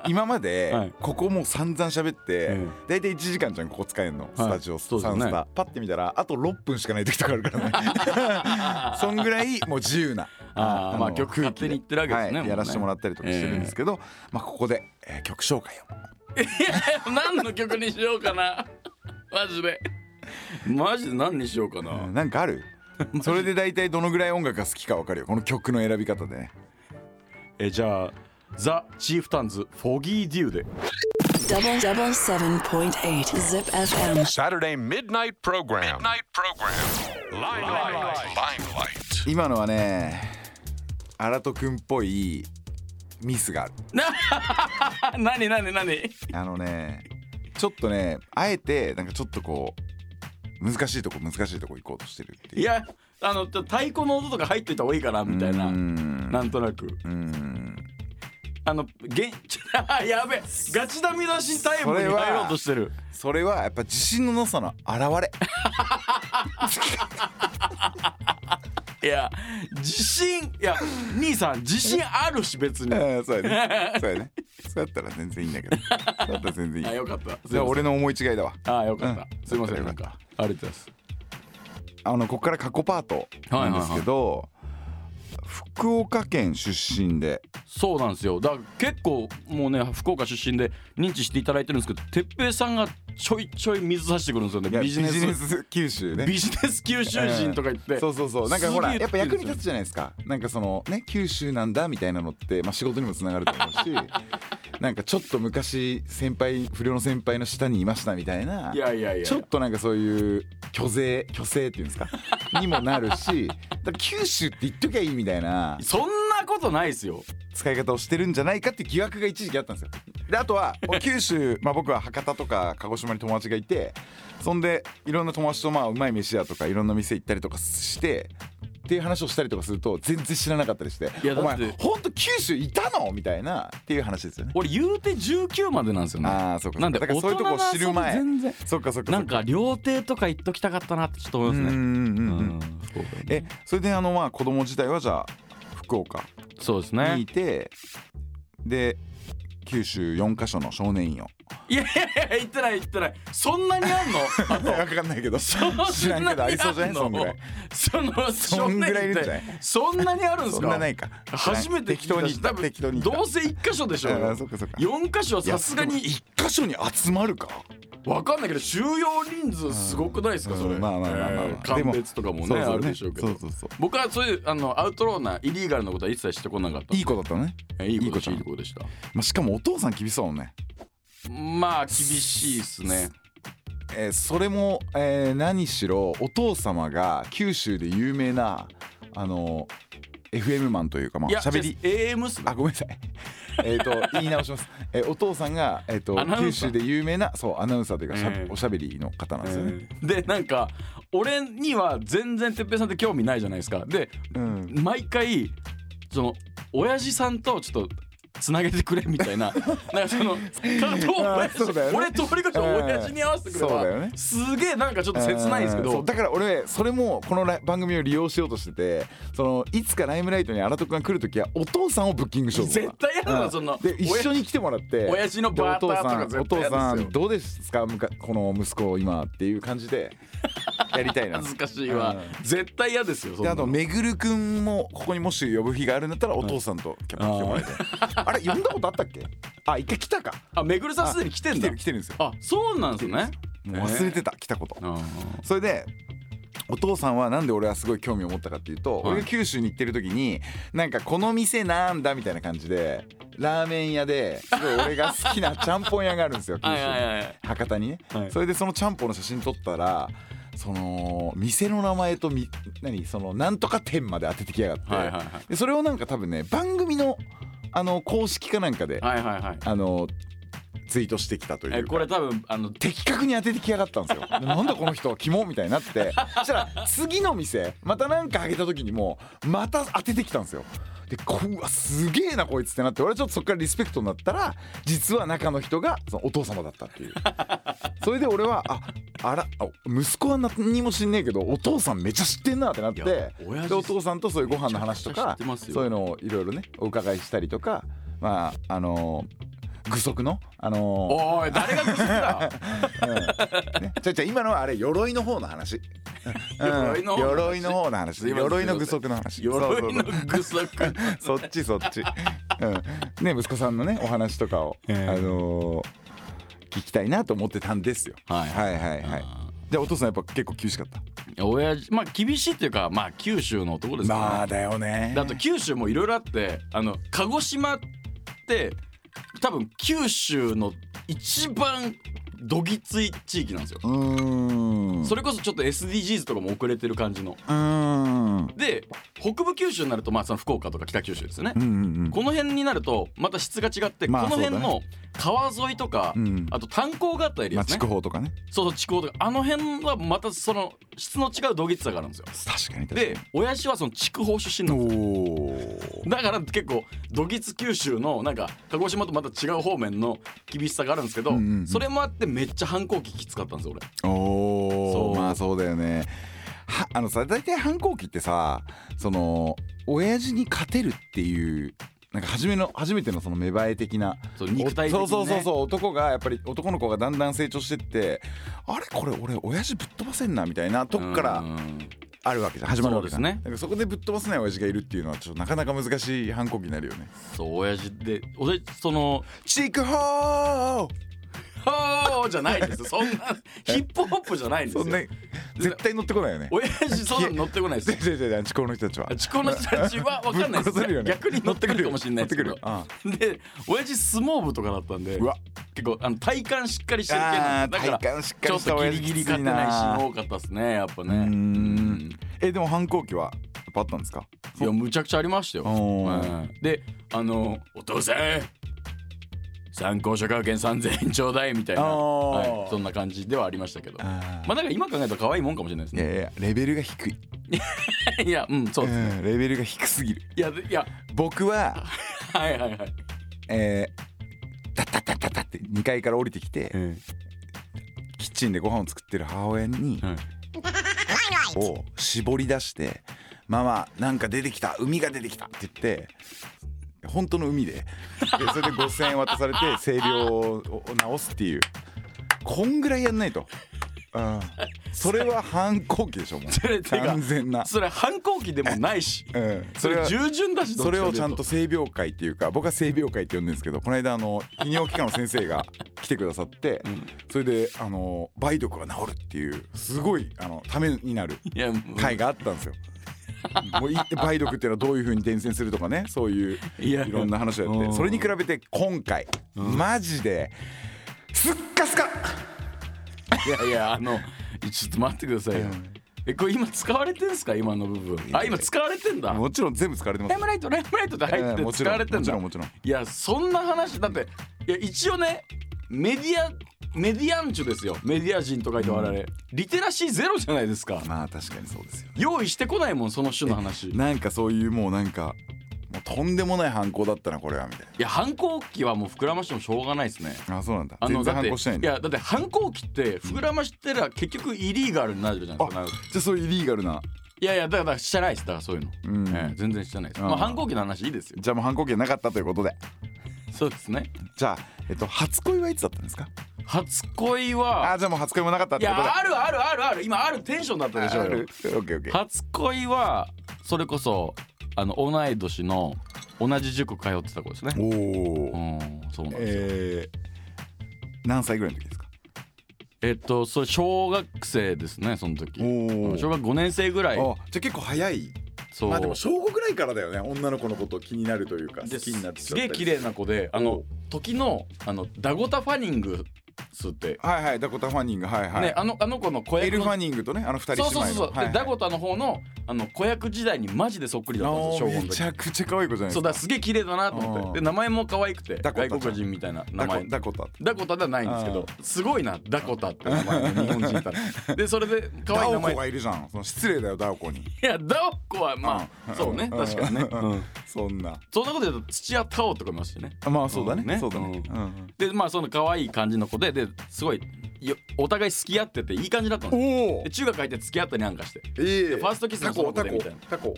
Speaker 3: って今ま
Speaker 4: は
Speaker 3: で
Speaker 4: い
Speaker 3: ここもう散々喋って、
Speaker 4: うん
Speaker 3: 大体1時間じゃんここ使えるのスタジオ、サ
Speaker 4: そうです
Speaker 3: ウ
Speaker 4: ね
Speaker 3: ンスターパッて見たらあと6分しかない時とかあるから ねそんぐらいもう自由な
Speaker 4: あーまあ
Speaker 3: の
Speaker 4: 曲勝手に言ってるわけですね
Speaker 3: は
Speaker 4: もう
Speaker 3: い、
Speaker 4: ね
Speaker 3: やらせてもらったりとかしてるんですけど、まあここで、えー曲紹介を
Speaker 4: 何の曲にしようかな マジでマジで何にしようか
Speaker 3: う
Speaker 4: なん
Speaker 3: なんか あるそれで大体どのぐらい音楽が好きかわかるよこの曲の選び方で ね
Speaker 4: えじゃあザ・チーフタンズフォギーデューで
Speaker 1: Double double seven point eight zip FM.
Speaker 2: Saturday midnight program. Midnight program. Limelight. Limelight.
Speaker 3: 今のはね荒戸くんっぽいミスがある
Speaker 4: あ何何何
Speaker 3: あのねちょっとねあえてなんかちょっとこう難しいとこ難しいとこ行こうとしてるっていう
Speaker 4: いやあのちょっと太鼓の音とか入ってた方がいいかなみたいうなんなんとなく
Speaker 3: うん
Speaker 4: あのげん やべえガチダミ出しタイムに入ろうとしてる
Speaker 3: それはやっぱ自信のなさの表 れ
Speaker 4: いや自信いや兄さん自信あるし別に
Speaker 3: うんそうやねそうやねそうやったら全然いいんだけどそうやったら全然いい
Speaker 4: あよかった
Speaker 3: じゃあ俺の思い違いだわ
Speaker 4: ああよかった、
Speaker 3: うん
Speaker 4: すいませ
Speaker 3: よ
Speaker 4: ん
Speaker 3: か
Speaker 4: な
Speaker 3: っ
Speaker 4: ん
Speaker 3: た
Speaker 4: かありがとうございます
Speaker 3: あのここから過去パートなんですけど、福岡県出身で
Speaker 4: そうなんですよだから結構もうね福岡出身で認知していただいてるんですけど哲平さんがちょいちょい水差してくるんですよね
Speaker 3: いや
Speaker 4: ビジネスビジネス
Speaker 3: 九州ね
Speaker 4: 九州人とか言って、
Speaker 3: えーそうそうそうなんかほら
Speaker 4: すげ
Speaker 3: や
Speaker 4: え
Speaker 3: っぱ
Speaker 4: 言
Speaker 3: 役
Speaker 4: て
Speaker 3: に
Speaker 4: るんで
Speaker 3: 立
Speaker 4: す
Speaker 3: つじゃないですかなんかそのね九州なんだみたいなのって、まあ、仕事にもつながると思う しなんかちょっと昔先輩不良の先輩の下にいましたみたいな
Speaker 4: よいやいやいや
Speaker 3: ちょっとなんかそういう虚勢虚勢っていうんですかにもなるしだから九州って言っときゃいいみたいな
Speaker 4: そんなことないですよ
Speaker 3: 使い方をしてるんじゃないかっていう疑惑が一時期あったんですよであとは俺九州、まあ、僕は博多とか鹿児島に友達がいてそんでいろんな友達とまあうまい飯屋とかいろんな店行ったりとかしてっていう話をしたりとかすると全然知らなかったりして「
Speaker 4: いやだ
Speaker 3: お
Speaker 4: っ
Speaker 3: 前
Speaker 4: て
Speaker 3: ほんと九州いたの?」みたいなっていう話ですよね。
Speaker 4: 俺言うて19までなんですよね
Speaker 3: あーそうか
Speaker 4: なんで
Speaker 3: だからそういうとこを知る前
Speaker 4: 大人の遊び全然
Speaker 3: そっかそっか
Speaker 4: な
Speaker 3: そっ
Speaker 4: んか料亭とか行っときたかったなってちょっと思
Speaker 3: う
Speaker 4: い
Speaker 3: んう
Speaker 4: ま
Speaker 3: ん
Speaker 4: すね
Speaker 3: う
Speaker 4: うん
Speaker 3: うん
Speaker 4: 福岡に
Speaker 3: えそれであのまあ子供自体はじゃあ福岡
Speaker 4: そうです
Speaker 3: に
Speaker 4: ね
Speaker 3: いてで九州4カ所の少年院を
Speaker 4: いやいやいや行ってない行ってないそんなにあんのあ と
Speaker 3: 分かんないけど知
Speaker 4: そんなに
Speaker 3: らんけどありそうじゃないそんぐらい。
Speaker 4: その
Speaker 3: そんぐらいいるんじゃない
Speaker 4: 少年ってそんなにあるんです
Speaker 3: そ
Speaker 4: か
Speaker 3: んなないか
Speaker 4: 初めて
Speaker 3: 適当に
Speaker 4: 聞いた
Speaker 3: 言った適当に言った
Speaker 4: どうせ一箇所でしょ
Speaker 3: あーそっかそっか
Speaker 4: 四箇所はさすがに
Speaker 3: 一箇所に集まるか
Speaker 4: わかんないけど収容人数すごくないですかそれ
Speaker 3: うんまあまあまあまあまあ
Speaker 4: えー鑑別とかも
Speaker 3: で
Speaker 4: ね
Speaker 3: もそうそう
Speaker 4: あ
Speaker 3: ね
Speaker 4: るでしょうけ
Speaker 3: そ
Speaker 4: ど
Speaker 3: うそうそう
Speaker 4: 僕はそういうあのアウトローなイリーガルなことは一切してこなかった
Speaker 3: いい子だったね、
Speaker 4: えーいい子でした
Speaker 3: い
Speaker 4: い
Speaker 3: い
Speaker 4: い
Speaker 3: 子
Speaker 4: 子でした
Speaker 3: まあ、しかもお父さん厳しそうもんね、
Speaker 4: まあ厳しいっすね
Speaker 3: えーそれも、えー何しろお父様が九州で有名なあの FM マンというかまあ
Speaker 4: いや
Speaker 3: しゃべり
Speaker 4: AM っすね
Speaker 3: あごめんなさい えっと言い直します、えーお父さんが、えー、と
Speaker 4: アナウ
Speaker 3: 九
Speaker 4: ンサー
Speaker 3: 州で有名なそうアナウンサーというかしゃべ、
Speaker 4: うん
Speaker 3: おしゃべりの方なんですよね、
Speaker 4: でなんか俺には全然哲平さんって興味ないじゃないですかで、
Speaker 3: うん
Speaker 4: 毎回その親父さんとちょっとつなげてくれみたい ななんかその加藤親
Speaker 3: あーそうだよね
Speaker 4: 父俺通り越し親父に合わせてくれ
Speaker 3: うんそう
Speaker 4: ば、
Speaker 3: だよね
Speaker 4: すげえなんかちょっと切ないんですけ
Speaker 3: うんそ
Speaker 4: ど
Speaker 3: うだから俺それもこのラ番組を利用しようとしててそのいつかライムライトに荒戸君が来る時はお父さんをブッキングしようと思っ た
Speaker 4: 絶対嫌だな
Speaker 3: うん
Speaker 4: そんな
Speaker 3: で一緒に来てもらって
Speaker 4: 親父の
Speaker 3: で
Speaker 4: バーターとか
Speaker 3: お
Speaker 4: 絶対
Speaker 3: 父
Speaker 4: 嫌ですよ
Speaker 3: さんお父さんどうですかむかこの息子を今っていう感じでやりたいな
Speaker 4: 恥ずかしいわ、
Speaker 3: う
Speaker 4: 絶対嫌ですよそん
Speaker 3: で
Speaker 4: な
Speaker 3: あと
Speaker 4: の
Speaker 3: めぐるくんもここにもし呼ぶ日があるんだったらお父さんと来てもらいたいあれ呼んだことあったっけあ一回来たか
Speaker 4: あめぐるさんすでに来てん
Speaker 3: 来
Speaker 4: だ
Speaker 3: てる来てるんですよ
Speaker 4: あそうなんですね
Speaker 3: もう忘れてた来たこと
Speaker 4: あ
Speaker 3: それでお父さんはなんで俺はすごい興味を持ったかっていうと、
Speaker 4: い
Speaker 3: 俺が九州に行ってる時になんかこの店なんだみたいな感じでラーメン屋ですごい俺が好きなちゃんぽん屋があるんですよ九
Speaker 4: ー はいはい
Speaker 3: 州
Speaker 4: はいはい
Speaker 3: 博多にね、
Speaker 4: はい
Speaker 3: それでそのちゃんぽんの写真撮ったらその店の名前とみ何そのなんとか店まで当ててきやがって、
Speaker 4: はいはいはい
Speaker 3: でそれをなんか多分ね番組のあの公式かなんかで、
Speaker 4: はいはいはい
Speaker 3: あのツイートしてきたというか
Speaker 4: えこれ多分あの
Speaker 3: 的確に当ててきやがったん ですよでなんだこの人はキモみたいになってそしたら次の店またなんかあげた時にもまた当ててきたんですよでこうわすげえなこいつってなって俺はちょっとそっからリスペクトになったら実は中の人がそのお父様だったっていう それで俺はああらあ息子は何も知んねえけどお父さんめっちゃ知ってんなってなって
Speaker 4: いや親父
Speaker 3: でお父さんとそういうご飯の話と
Speaker 4: めちゃくちゃ知
Speaker 3: か
Speaker 4: ってますよ
Speaker 3: そういうのをいろいろねお伺いしたりとかまああのー具足のあの
Speaker 4: おい誰がグスだ
Speaker 3: ーねちょいちょい今のはあれ鎧の方の話、うん
Speaker 4: 鎧の方の話
Speaker 3: 鎧の方の話
Speaker 4: すいません
Speaker 3: 鎧の具足の話
Speaker 4: 鎧の
Speaker 3: そうそう
Speaker 4: グスだ
Speaker 3: そうそっちそっち、うん、ね息子さんのねお話とかを、
Speaker 4: ええ
Speaker 3: あのー聞きたいなと思ってたんですよ
Speaker 4: はい
Speaker 3: はいはいはいじゃあお父さんやっぱ結構厳しかった
Speaker 4: 親父まあ厳しいっていうかまあ九州の男ですからね
Speaker 3: まあだよね
Speaker 4: だと九州もいろいろあってあの鹿児島って多分九州の一番どぎつい地域なんですよ、
Speaker 3: うーん
Speaker 4: それこそちょっと SDGs とかも遅れてる感じの
Speaker 3: うーんうん
Speaker 4: で北部九州になるとまあその福岡とか北九州ですよね、
Speaker 3: うんうん
Speaker 4: この辺になるとまた質が違って、
Speaker 3: まあ
Speaker 4: この辺
Speaker 3: そう
Speaker 4: の川沿いとか、
Speaker 3: うん
Speaker 4: あと炭鉱があったエリ
Speaker 3: ま
Speaker 4: ア
Speaker 3: あ
Speaker 4: ですね、
Speaker 3: 筑豊とかね
Speaker 4: そうそう地高とかあの辺はまたその質の違うどぎつさがあるんですよ
Speaker 3: 確かに確かに
Speaker 4: で親父はその筑豊出身なんですよ
Speaker 3: おー
Speaker 4: だから結構どぎつ九州のなんか鹿児島とまた違う方面の厳しさがあるんですけど、
Speaker 3: うんうんうん
Speaker 4: それもあってめっちゃ反抗期きつかったんですよ俺
Speaker 3: お
Speaker 4: そ
Speaker 3: お
Speaker 4: う
Speaker 3: まあそうだよねはあのさ大体反抗期ってさその親父に勝てるっていうなんか初めの初めてのその芽生え的な
Speaker 4: そう肉体的に、
Speaker 3: お
Speaker 4: ね、
Speaker 3: そうそうそうそう男がやっぱり男の子がだんだん成長してってあれこれ俺親父ぶっ飛ばせんなみたいなとこか
Speaker 4: う
Speaker 3: ら
Speaker 4: ん
Speaker 3: あるわけじゃん始まるわけじゃん
Speaker 4: そうですね
Speaker 3: だからそこでぶっ飛ばせない親父がいるっていうのはちょっとなかなか難しい反抗期になるよね
Speaker 4: そう親父で俺その
Speaker 3: チクホー
Speaker 4: 「はーじゃないん ですよそんなヒップホップじゃないんですよ
Speaker 3: そんな絶対乗ってこないよね
Speaker 4: 親父そんなの乗ってこないです よ
Speaker 3: 違う違う違うチコの人たちは
Speaker 4: あちこの人たちは分かんないです
Speaker 3: ぶっ殺せるよね
Speaker 4: 逆に乗ってくるかもしれないですけ
Speaker 3: 乗
Speaker 4: ど
Speaker 3: ってく る
Speaker 4: で親父相撲部とかだったんで
Speaker 3: うわ
Speaker 4: 結構あの体幹しっかりしてる系な
Speaker 3: あ
Speaker 4: ん
Speaker 3: ー
Speaker 4: ですだか
Speaker 3: 体
Speaker 4: ら
Speaker 3: 幹しっか
Speaker 4: ちょ
Speaker 3: り
Speaker 4: っ
Speaker 3: した
Speaker 4: とギ
Speaker 3: 親
Speaker 4: リ
Speaker 3: 父
Speaker 4: ギリ
Speaker 3: きつい
Speaker 4: 勝てないシーン
Speaker 3: な
Speaker 4: 多かったですねやっぱね
Speaker 3: うー
Speaker 4: うん
Speaker 3: んえでも反抗期はやっぱあったんですか
Speaker 4: いやむちゃくちゃありましたよ、
Speaker 3: おー
Speaker 4: うんであの「お父さん参考書会券3000円ちょうだい」みたいな、
Speaker 3: おー
Speaker 4: はい、そんな感じではありましたけどま
Speaker 3: あ
Speaker 4: あなんか今考えたら可愛いもんかもしれないです
Speaker 3: いや
Speaker 4: ね
Speaker 3: いやレベルが低い
Speaker 4: いやうんそううですね、
Speaker 3: んレベルが低すぎる
Speaker 4: いやでいや
Speaker 3: 僕は
Speaker 4: はいはいはい、
Speaker 3: えー、タッタッタッタッタって2階から降りてきて キッチンでご飯を作ってる母親に
Speaker 4: はい
Speaker 3: を絞り出して「ママなんか出てきた海が出てきた」って言って本当の海ででそれで5,000円渡 されて声量を直すっていうこんぐらいやんないと。うんそれは反抗期でしょも
Speaker 4: それ
Speaker 3: う
Speaker 4: てか
Speaker 3: 完全な、
Speaker 4: それ反抗期でもないし
Speaker 3: うん、
Speaker 4: それ
Speaker 3: は
Speaker 4: 従順だし
Speaker 3: それをちゃんと
Speaker 4: どっ
Speaker 3: 性病会っていうか僕は性病会って呼んでるんですけどこの間あの泌尿器科の先生が来てくださってそれであの梅毒は治るっていうすごいあのためになる
Speaker 4: ちで言うといやもう
Speaker 3: 会があったんですよ。もういって梅毒っていうのはどういうふうに伝染するとかねそういう
Speaker 4: いや
Speaker 3: いろんな話をやっ
Speaker 4: う
Speaker 3: て
Speaker 4: ん
Speaker 3: それに比べて今回マジですっかすか
Speaker 4: いやいやあのちょっと待ってくださいよ、えこれ今使われてんすか今の部分あ今使われてんだ
Speaker 3: もちろん全部使われてます
Speaker 4: ライムライトライムライトで入って
Speaker 3: ええも
Speaker 4: る
Speaker 3: ち
Speaker 4: 使
Speaker 3: ろん
Speaker 4: われてんだ
Speaker 3: もちろんもちろん
Speaker 4: いやそんな話だっていや一応ねメディアメディアンチュですよメディア人と書いて我々、リテラシーゼロじゃないですか
Speaker 3: まあ確かにそうですよ
Speaker 4: 用意してこないもんその種の話い
Speaker 3: なんかそういうもうなんかもうとんでもない犯行だったなこれはみたい
Speaker 4: や反抗期はもう膨らましてもしょうがないですね
Speaker 3: なあそうなんだ
Speaker 4: あ
Speaker 3: 全
Speaker 4: の
Speaker 3: 然
Speaker 4: だっ
Speaker 3: 反
Speaker 4: て
Speaker 3: 抗してないん
Speaker 4: い
Speaker 3: だ
Speaker 4: やだって反抗期って膨らましてら結局イリーガルになるじゃないですか
Speaker 3: あじゃあそういうイリーガルない
Speaker 4: やいやだからしてないですだからそういうの、
Speaker 3: うん
Speaker 4: ええ全然してないです、
Speaker 3: うん
Speaker 4: まあ反抗期の話いいですよ
Speaker 3: じゃあもう反抗期はなかったということで
Speaker 4: そうですね
Speaker 3: じゃあえっと初恋はいつだったんですか
Speaker 4: 初恋
Speaker 3: あ
Speaker 4: は
Speaker 3: ーじゃあもう初恋もなかったっ
Speaker 4: い
Speaker 3: てことで
Speaker 4: やあるあるあるある今あるテンションだったでしょ
Speaker 3: あ
Speaker 4: うよ
Speaker 3: るオッケーオッケー
Speaker 4: 初恋はそれこそあの同い年の同じ塾通ってた子ですね
Speaker 3: お
Speaker 4: う
Speaker 3: お、
Speaker 4: んそうなんですよ
Speaker 3: えー、何歳ぐらいの時ですか
Speaker 4: えっとそれ小学生ですねその時
Speaker 3: おー
Speaker 4: 小学5年生ぐらい
Speaker 3: あじゃあ結構早い
Speaker 4: そう、
Speaker 3: まあでも小五ぐらいからだよね女の子のこと気になるというか好
Speaker 4: で
Speaker 3: きになって
Speaker 4: すげえ綺麗な子であの時のあのダゴタ・ファニングスって、
Speaker 3: はいはいダコタ・ファニングはいはい、
Speaker 4: ねあのあの子の子
Speaker 3: エ
Speaker 4: 役
Speaker 3: ル・ファ
Speaker 4: の
Speaker 3: ニングとねあの二人
Speaker 4: そう
Speaker 3: 姉妹
Speaker 4: そうそうそう、
Speaker 3: の
Speaker 4: で
Speaker 3: はいはい
Speaker 4: ダゴタの方のあの子役時代にマジでそっくりだったんですよ
Speaker 3: あ
Speaker 4: 小5
Speaker 3: ー
Speaker 4: の
Speaker 3: め
Speaker 4: 時
Speaker 3: ちゃくちゃ可愛い子じゃな
Speaker 4: そ
Speaker 3: いです
Speaker 4: う
Speaker 3: か
Speaker 4: だすげえ綺麗だなと思
Speaker 3: うん
Speaker 4: ってで名前も可愛くて
Speaker 3: ダコタ
Speaker 4: 外
Speaker 3: ちゃん
Speaker 4: 国人みたいな名
Speaker 3: ダコ
Speaker 4: 前
Speaker 3: ダコタ
Speaker 4: ダコタではないんですけどすごいなダコタって名前の日本人いたらでそれで可
Speaker 3: ダ
Speaker 4: 愛い名
Speaker 3: オ
Speaker 4: 前
Speaker 3: コ
Speaker 4: い
Speaker 3: がいるじゃんその失礼だよダオコに
Speaker 4: やダオコはま
Speaker 3: うん
Speaker 4: あそうね確かにね
Speaker 3: うんそんな
Speaker 4: そんなこと言うと土屋太鳳とかいますしね
Speaker 3: まあそうだね,、
Speaker 4: うんね
Speaker 3: そうだね、
Speaker 4: う
Speaker 3: うんうん
Speaker 4: でまあその可愛い感じの子でですごいよお互い好き合ってていい感じだったんですよ
Speaker 3: おお
Speaker 4: で中学入って付き合ったりなんかして
Speaker 3: ええ
Speaker 4: ファーストキスの
Speaker 3: タコ
Speaker 4: その子
Speaker 3: タコ
Speaker 4: でみたいな
Speaker 3: タコ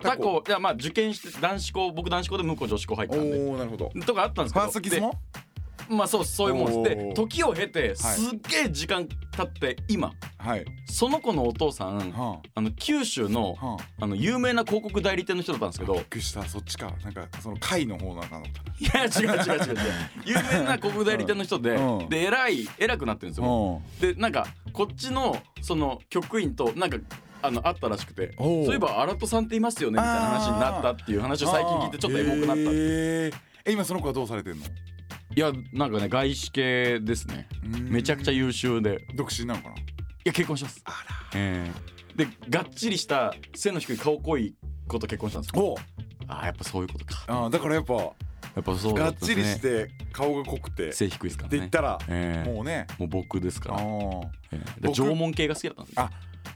Speaker 4: 他校いやまあ受験して男子校僕男子校で向こう女子校入ったんで
Speaker 3: おおなるほど
Speaker 4: とかあったんで
Speaker 5: フ
Speaker 4: すけど
Speaker 5: ァーストキスも
Speaker 4: でまあそうそういうもんです
Speaker 3: お
Speaker 4: で
Speaker 3: ー
Speaker 4: 時を経てすっげえ時間経って今
Speaker 5: はい
Speaker 4: その子のお父さん
Speaker 3: は
Speaker 4: あの九州の
Speaker 3: あはあ
Speaker 4: あの有名な広告代理店の人だったんですけど
Speaker 3: びっくりしたそっちかなんかその貝の方なのかなと
Speaker 4: いや 違う違う違う違う有名な広告代理店の人で
Speaker 3: うん
Speaker 4: で偉い偉くなってるんですよ
Speaker 3: 思
Speaker 4: でなんかこっちのその局員となんかあのあったらしくて
Speaker 3: おう
Speaker 4: そういえば荒戸さんっていますよねみたいな話になったっていう話を最近聞いてちょっとエモくなった
Speaker 3: ええ今その子はどうされてんの
Speaker 4: いやなんかね外資系ですねめちゃくちゃ
Speaker 3: ゃ
Speaker 4: 優秀でい
Speaker 3: 独身なのかな
Speaker 4: や結婚します
Speaker 3: あ
Speaker 4: ええでがっちりした背の低い顔濃い子と結婚したんですよ
Speaker 3: お
Speaker 4: ああやっぱそういうことか
Speaker 3: あーだからやっぱ
Speaker 4: やっぱそう
Speaker 3: が
Speaker 4: だ
Speaker 3: った
Speaker 4: んです
Speaker 3: ち
Speaker 4: ね
Speaker 3: りして顔が濃くてって
Speaker 4: 背低いですからね
Speaker 3: 言ったら
Speaker 4: ええ
Speaker 3: もうね
Speaker 4: もう僕ですから、
Speaker 3: あ
Speaker 4: ええで
Speaker 3: 僕
Speaker 4: 縄文系が好きだったんですよ
Speaker 3: あー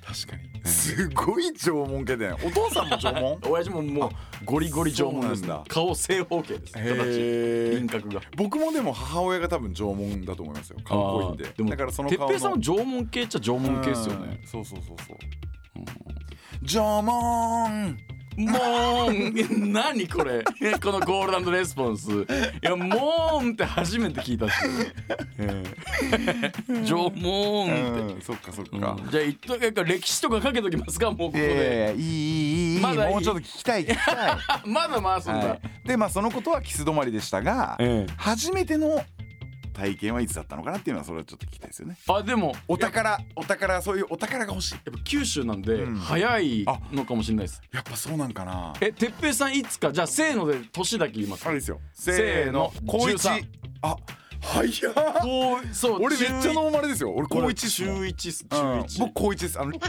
Speaker 3: 確かにすごい縄文系だよお父さんも縄 文
Speaker 4: 親父ももうゴリゴリ縄文です
Speaker 3: そうなんだ
Speaker 4: 顔正方形です形
Speaker 3: へ
Speaker 4: 輪
Speaker 3: え
Speaker 4: 郭が
Speaker 3: 僕もでも母親が多分縄文だと思いますよかっこいいんで
Speaker 4: あーでも
Speaker 3: だからその
Speaker 4: 哲
Speaker 3: 顔の
Speaker 4: 平さんも縄文系っちゃ縄文系ですよね
Speaker 3: うんそうそうそうそう縄文
Speaker 4: もーん 何これこのゴールドアンドレスポンスいやもーんって初めて聞いたし、 ええ縄文って、
Speaker 3: うんそっかそっ
Speaker 4: うん
Speaker 3: か
Speaker 4: じゃあ一となんか歴史とかかけときますかもうここ
Speaker 5: いやいやい
Speaker 4: で
Speaker 5: やいいいいいいいい
Speaker 4: まだいい
Speaker 5: もうちょっと聞きたい聞 きたい
Speaker 4: あまだ回すんだ、
Speaker 5: はい、でまあそのことはキス止まりでしたが、
Speaker 4: ええ
Speaker 5: 初めての体験はいつだったのかなっていうのはそれはちょっと聞きたいですよね
Speaker 4: あでも
Speaker 3: お宝お宝そういうお宝が欲しい
Speaker 4: やっぱ九州なんで
Speaker 5: うん
Speaker 4: 早いのかもしれないです、
Speaker 3: やっぱそうなんかな
Speaker 4: え哲平さんいつかじゃあせーので年だけ言います
Speaker 3: あれですよ
Speaker 4: せーの
Speaker 3: 高一
Speaker 4: 13
Speaker 3: あ早っ
Speaker 4: こうそう
Speaker 3: 俺めっちゃノーマルですよ俺高一っすもん
Speaker 4: 中一っす
Speaker 3: うん
Speaker 4: 中一、
Speaker 3: 僕高一ですあのだっ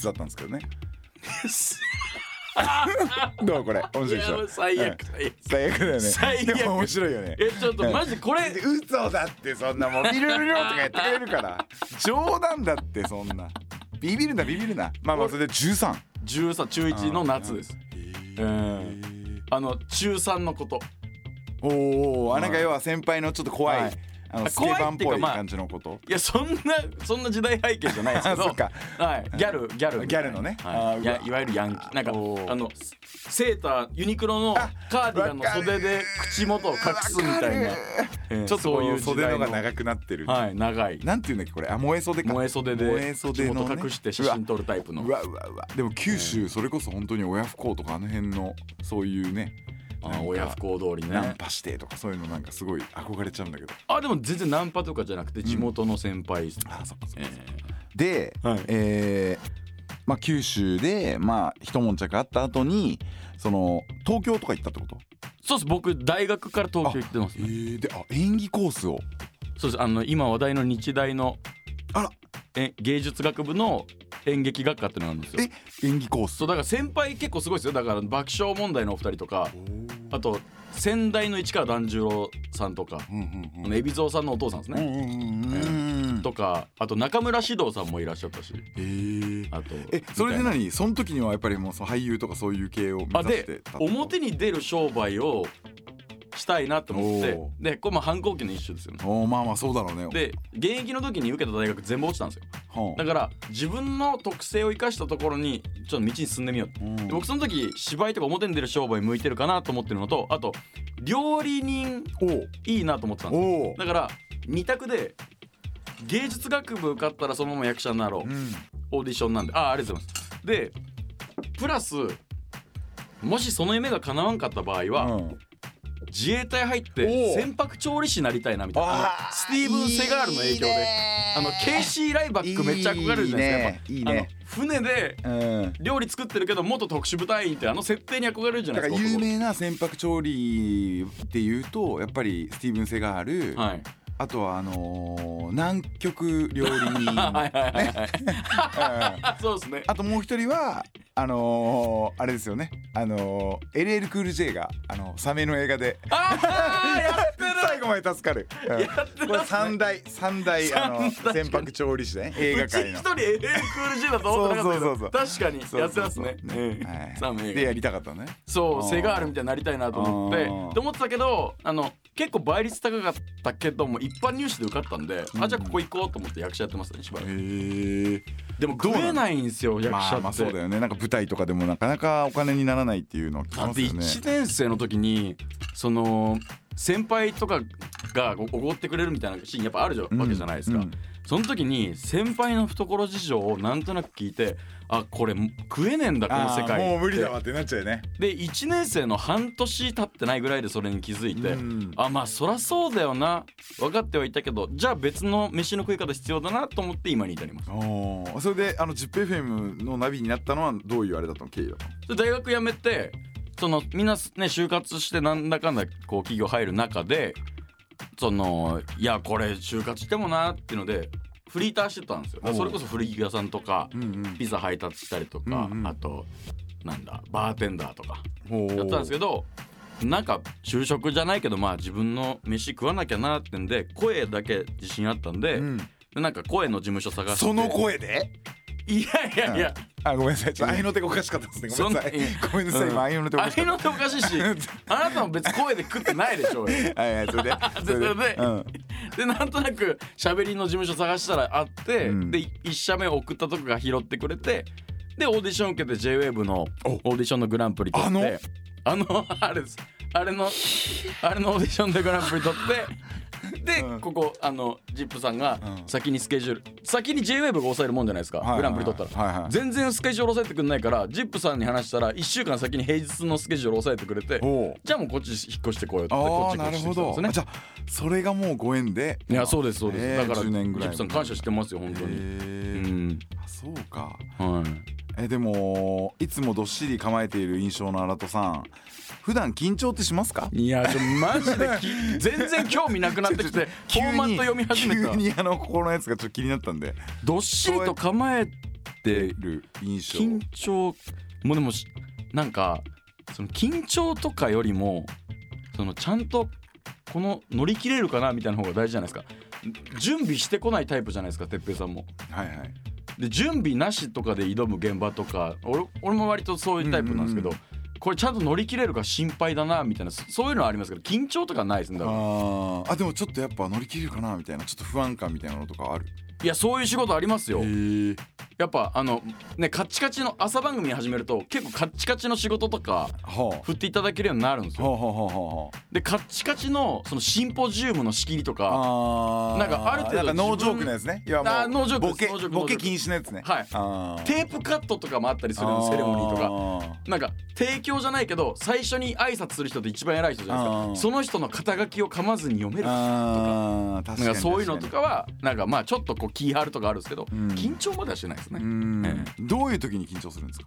Speaker 3: たんですけどねどうこれ面白いでし
Speaker 4: いや
Speaker 3: ょ
Speaker 4: 最悪
Speaker 3: うん最悪だよね
Speaker 4: 最悪
Speaker 3: でも面白いよね
Speaker 4: えちょっとマジこれ
Speaker 3: 嘘だってそんなもうビルルルとかやってくれ るから冗談だってそんなビビるなビビるなまあまあそれで13
Speaker 4: 13中一の夏ですえあの中三のこと
Speaker 3: おおあなんか要は先輩のちょっと怖い、
Speaker 4: はい
Speaker 3: あの
Speaker 4: あ
Speaker 3: スケバン
Speaker 4: 怖い
Speaker 3: っぽ
Speaker 4: っていうか
Speaker 3: い
Speaker 4: まあ
Speaker 3: 感じのこと、
Speaker 4: いやそんなそんな時代背景じゃないですけ
Speaker 3: あ
Speaker 4: ど
Speaker 3: そっか
Speaker 4: はいギャルギャル
Speaker 3: ギャルのね
Speaker 4: は
Speaker 3: あー
Speaker 4: い、いう
Speaker 3: わ
Speaker 4: やいわゆるヤンキーなんか
Speaker 3: おー
Speaker 4: あのセーターユニクロのカーディガンの袖で口元を隠すみたいな、えー
Speaker 3: ちょっとこ
Speaker 4: そうういう時
Speaker 3: 袖
Speaker 4: 代
Speaker 3: の
Speaker 4: の
Speaker 3: が長くなってる、
Speaker 4: はい長い
Speaker 3: なんていうんだっけこれあ燃え袖か
Speaker 4: 燃え袖で
Speaker 3: 燃え袖の、
Speaker 4: 口
Speaker 3: ね、
Speaker 4: 元隠して写真撮るタイプの
Speaker 3: うわうわうわうわでも九州それこそ本当に親不孝とかあの辺のそういうね
Speaker 4: あ
Speaker 3: なん
Speaker 4: ー
Speaker 3: か
Speaker 4: 親不孝通り
Speaker 3: ナン
Speaker 4: ね
Speaker 3: パしてとかそういうのなんかすごい憧れちゃうんだけど
Speaker 4: あでも全然ナンパとかじゃなくて地元の先輩、
Speaker 3: あそっかそっかそっか
Speaker 5: で、
Speaker 4: はい
Speaker 5: えーまあ、九州でまあ一悶着あった後にその東京とか行ったってこと
Speaker 4: そうです僕大学から東京行ってます
Speaker 3: えー、であ演技コースを
Speaker 4: そうですあの今話題の日大の
Speaker 3: あら
Speaker 4: え芸術学部の演劇学科ってのがあるんですよ
Speaker 3: え演技コース
Speaker 4: そうだから先輩結構すごいですよだから爆笑問題のお二人とかあと先代の市川團十郎さんとか、
Speaker 3: うんうん
Speaker 4: あの海老蔵さんのお父さんです
Speaker 3: うんう
Speaker 4: ね、
Speaker 3: んうんうん
Speaker 4: とかあと中村獅童さんもいらっしゃったし
Speaker 3: えー、
Speaker 4: あと
Speaker 3: えそれで
Speaker 4: みたいな
Speaker 3: 何その時にはやっぱりもうその俳優とかそういう系を目
Speaker 4: あ
Speaker 3: 指して
Speaker 4: で
Speaker 3: たってこと
Speaker 4: 表に出る商売をしたいなと思って
Speaker 3: お
Speaker 4: でこれも反抗期の一種ですよね
Speaker 3: おーまあまあそうだろうね
Speaker 4: で現役の時に受けた大学全部落ちたんですよ
Speaker 3: は
Speaker 4: だから自分の特性を生かしたところにちょっと道に進んでみようって、
Speaker 3: うん
Speaker 4: で僕その時芝居とか表に出る商売向いてるかなと思ってるのとあと料理人
Speaker 3: おー
Speaker 4: いいなと思ってたんですよ
Speaker 3: おー
Speaker 4: だから二択で芸術学部受かったらそのまま役者になろう、
Speaker 3: うん
Speaker 4: オーディションなんでああありがとうございますでプラスもしその夢が叶わんかった場合は、
Speaker 3: うん
Speaker 4: 自衛隊入っ
Speaker 3: おう
Speaker 4: て船舶調理師になりたいなみたいな
Speaker 3: あ
Speaker 4: あのスティーブン・セガールの影響であのケイシー・ライバックめっちゃ憧れるじゃないですかやっぱ
Speaker 5: いいねいいね
Speaker 4: あの船で
Speaker 5: うん
Speaker 4: 料理作ってるけど元特殊部隊員ってあの設定に憧れるじゃ
Speaker 3: だ
Speaker 4: ない
Speaker 3: か
Speaker 4: で
Speaker 3: ら
Speaker 4: すか
Speaker 3: 有名な船舶調理っていうとやっぱりスティーブン・セガール、
Speaker 4: 男はい
Speaker 3: あとはあのー南極料理 人
Speaker 4: はいはいはいはい あそうですね
Speaker 3: あともう一人はあのー、あれですよねあのー、LL クール J があのサメの映画で
Speaker 4: あーやっ
Speaker 3: 最後まで助かる、うんこれ三大三大あの
Speaker 4: 三大
Speaker 3: 船舶調理師ね映
Speaker 4: う
Speaker 3: 画
Speaker 4: ち
Speaker 3: 界
Speaker 4: 一
Speaker 3: の
Speaker 4: 人 LL クール J だと思ってなかったけど
Speaker 3: そうそう
Speaker 4: 確かにやってますね
Speaker 3: そうそうそう
Speaker 4: うん
Speaker 3: はい
Speaker 4: サム映画
Speaker 3: でやりたかったね
Speaker 4: そう
Speaker 3: あー
Speaker 4: セガールみたいになりたいなと思って
Speaker 3: あー
Speaker 4: と思ってたけどあの結構倍率高かったけども一般入試で受かったんで、あじゃあここ行こうと思って役者やってましたねしばらく
Speaker 3: え
Speaker 4: でも食えないんですよ役
Speaker 3: ま
Speaker 4: 者
Speaker 3: あ
Speaker 4: って、
Speaker 3: まあそうだよねなんか舞台とかでもなかなかお金にならないっていうのは聞き
Speaker 4: だ
Speaker 3: ま
Speaker 4: っ
Speaker 3: す
Speaker 4: て
Speaker 3: よね
Speaker 4: 1年生の時にその先輩とかがおおごってくれるみたいなシーンやっぱあるじゃ、わけじゃないですか、
Speaker 3: うん
Speaker 4: その時に先輩の懐事情をなんとなく聞いてあこれ食えねえんだこの
Speaker 3: あ
Speaker 4: 世
Speaker 3: ー
Speaker 4: 界
Speaker 3: もう無理だわってなっちゃうよね
Speaker 4: で1年生の半年経ってないぐらいでそれに気づいて、
Speaker 3: うん
Speaker 4: あまあそらそうだよな分かってはいたけどじゃあ別の飯の食い方必要だなと思って今に至ります
Speaker 3: おーそれであの ZIPFM のナビになったのはどういうあれだったの経緯だったの
Speaker 4: で大学辞めてそのみんなね就活してなんだかんだこう企業入る中でそのいやこれ就活してもなっていうのでフリーターしてたんですよだからそれこそ古着屋さんとか、
Speaker 3: うん
Speaker 4: ピザ配達したりとか、
Speaker 3: うんうん
Speaker 4: あとなんだバーテンダーとか
Speaker 3: うん
Speaker 4: やったんです
Speaker 3: け
Speaker 4: けどなんか就職じゃないけどまあ自分の飯食わなきゃなってんで声だけ自信あったんで,、
Speaker 3: うん
Speaker 4: でなんか声の事務所探して
Speaker 3: その声で
Speaker 4: いやいやいや、
Speaker 3: あごめんなさいちょっと愛の手がおかしかったですねごめんなさい
Speaker 4: そ
Speaker 3: ごめんなさい今愛の手お
Speaker 4: あ
Speaker 3: かしか
Speaker 4: れ
Speaker 3: っ
Speaker 4: の手おかしいしあなたも別に声で食ってないでしょうよ
Speaker 3: たはいはいそ れで
Speaker 4: でそれで
Speaker 3: うん
Speaker 4: でなんとなく喋りの事務所探したらあって、
Speaker 3: うん
Speaker 4: で1社目送ったとこが拾ってくれてでオーディション受けて JWAVE のオーディションのグランプリ取ってあの あれですあれのあれのオーディションでグランプリ取って で、
Speaker 3: うん
Speaker 4: ここあのジップさんが
Speaker 3: うん
Speaker 4: 先にスケジュール、先に JWAVE が抑えるもんじゃないですか、
Speaker 3: はい
Speaker 4: グランプリ取ったら、
Speaker 3: はいはい
Speaker 4: 全然スケジュール抑えてくんないからジップさんに話したら1週間先に平日のスケジュール抑えてくれて
Speaker 3: おう
Speaker 4: じゃあもうこっち引っ越してこようってこ
Speaker 3: あ
Speaker 4: っ
Speaker 3: あ
Speaker 4: ち
Speaker 3: な
Speaker 4: 越
Speaker 3: る
Speaker 4: して
Speaker 3: ほ
Speaker 4: きたんです
Speaker 3: ど
Speaker 4: ね
Speaker 3: あじゃあそれがもうご縁で
Speaker 4: いやそうですそうです、
Speaker 3: ねえ
Speaker 4: だから
Speaker 3: 10年ぐら
Speaker 4: ジ
Speaker 3: い
Speaker 4: ップさん感謝してますよ本当に、う
Speaker 3: へえ
Speaker 4: ん
Speaker 3: あそうか
Speaker 4: はい、
Speaker 3: えでもいつもどっしり構えている印象のアラトさん普段緊張ってしますか
Speaker 4: いやちょマジでき 全然興味なくなってき てフォーマット読み始めた
Speaker 3: 急にあの心のやつがちょっと気になったんで
Speaker 4: どっしりと構えて
Speaker 3: る印象
Speaker 4: 緊張もうでもしなんかその緊張とかよりもそのちゃんとこの乗り切れるかなみたいな方が大事じゃないですか準備してこないタイプじゃないですか哲平さんも
Speaker 3: はいはい
Speaker 4: で準備なしとかで挑む現場とか俺俺も割とそういうタイプなんですけど、
Speaker 3: うん
Speaker 4: これちゃんと乗り切れるか心配だなみたいなそそういうのはありますけど緊張とかないですねだから
Speaker 3: あーあでもちょっとやっぱ乗り切れるかなみたいなちょっと不安感みたいなのとかある
Speaker 4: いやそういう仕事ありますよ
Speaker 3: え
Speaker 4: やっぱあのねカッチカチの朝番組始めると結構カッチカチの仕事とか
Speaker 3: は
Speaker 4: 振っていただけるようになるんです
Speaker 3: あはあ
Speaker 4: よ
Speaker 3: はあはあは
Speaker 4: でカッチカチのそのシンポジウムの仕切りとか
Speaker 3: ああー
Speaker 4: なんかある程度
Speaker 3: なんかノージョークのやつねいやもう
Speaker 4: あーノージョーク
Speaker 3: ボケ
Speaker 4: ノージョーク
Speaker 3: ボケ禁止のやつね
Speaker 4: はい
Speaker 3: あー
Speaker 4: テープカットとかもあったりするのセレモニーとかなんか提供じゃないけど最初に挨拶する人って一番偉い人じゃないです
Speaker 3: あー
Speaker 4: かその人の肩書きを噛まずに読める
Speaker 3: あーあー確か
Speaker 4: なんか
Speaker 3: に
Speaker 4: そういうのとかはなんかまあちょっとこう気張るとかあるんですけど、
Speaker 3: うん
Speaker 4: 緊張まではしてないですね。
Speaker 3: うん
Speaker 4: え
Speaker 3: どういう時に緊張するんですか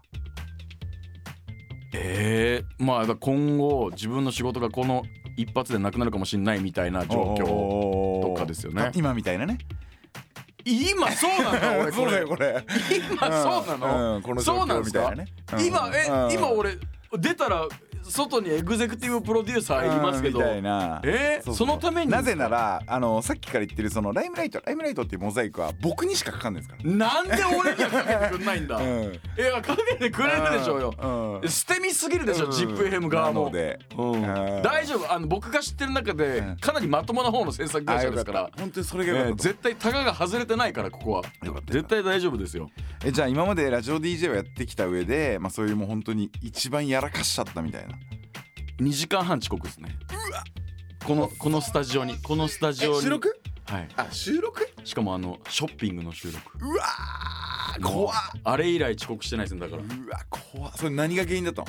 Speaker 4: えー、まあだから今後自分の仕事がこの一発でなくなるかもしれないみたいな状況
Speaker 3: 況
Speaker 4: とかですよね
Speaker 3: 今みたいなね
Speaker 4: 今そうなの 俺こ
Speaker 3: そうだ
Speaker 4: れ
Speaker 3: よこれ
Speaker 4: 今そうなの、
Speaker 3: うんこの状
Speaker 4: そうなんで
Speaker 3: 況み
Speaker 4: す
Speaker 3: た
Speaker 4: か
Speaker 3: いなね
Speaker 4: 今え、
Speaker 3: うん
Speaker 4: 今俺出たら外にエグゼクティブプロデューサーいますけど、
Speaker 3: うんみたいな
Speaker 4: えー
Speaker 3: うう
Speaker 4: そのために
Speaker 3: なぜならあのさっきから言ってるそのライムライトライムライトっていうモザイクは僕にしかかかんないですか
Speaker 4: なんで俺にはかけてくんないんだ、
Speaker 3: ら、
Speaker 4: い
Speaker 3: ん、
Speaker 4: やかけてくれるでしょうよ、
Speaker 3: うん
Speaker 4: 捨て身すぎるでしょ、
Speaker 3: うん
Speaker 4: ジップ FM 側
Speaker 3: な
Speaker 4: も
Speaker 3: ので、
Speaker 4: うん
Speaker 3: うん
Speaker 4: 大丈夫あの僕が知ってる中で
Speaker 3: うん
Speaker 4: かなりまともな方の制作会社ですか
Speaker 3: あよ
Speaker 4: ら
Speaker 3: っ、た本当にそれ
Speaker 4: え
Speaker 3: がよか
Speaker 4: ー
Speaker 3: ったと
Speaker 4: 絶対タガが外れてないからここは
Speaker 3: 思う、よかっ
Speaker 4: 絶
Speaker 3: たよかった
Speaker 4: 対大丈夫ですよ
Speaker 3: えじゃあ今までラジオ DJ をやってきた上で、まあ、そういうもう本当に一番やらかしちゃったみたいな
Speaker 4: 2時間半遅刻ですねこのこのスタジオにこのスタジオにはい
Speaker 3: あ収録
Speaker 4: しかもあのショッピングの収録
Speaker 3: うわー怖っ
Speaker 4: あれ以来遅刻してないですねだからいう
Speaker 3: わ怖っそれ何が原因だったの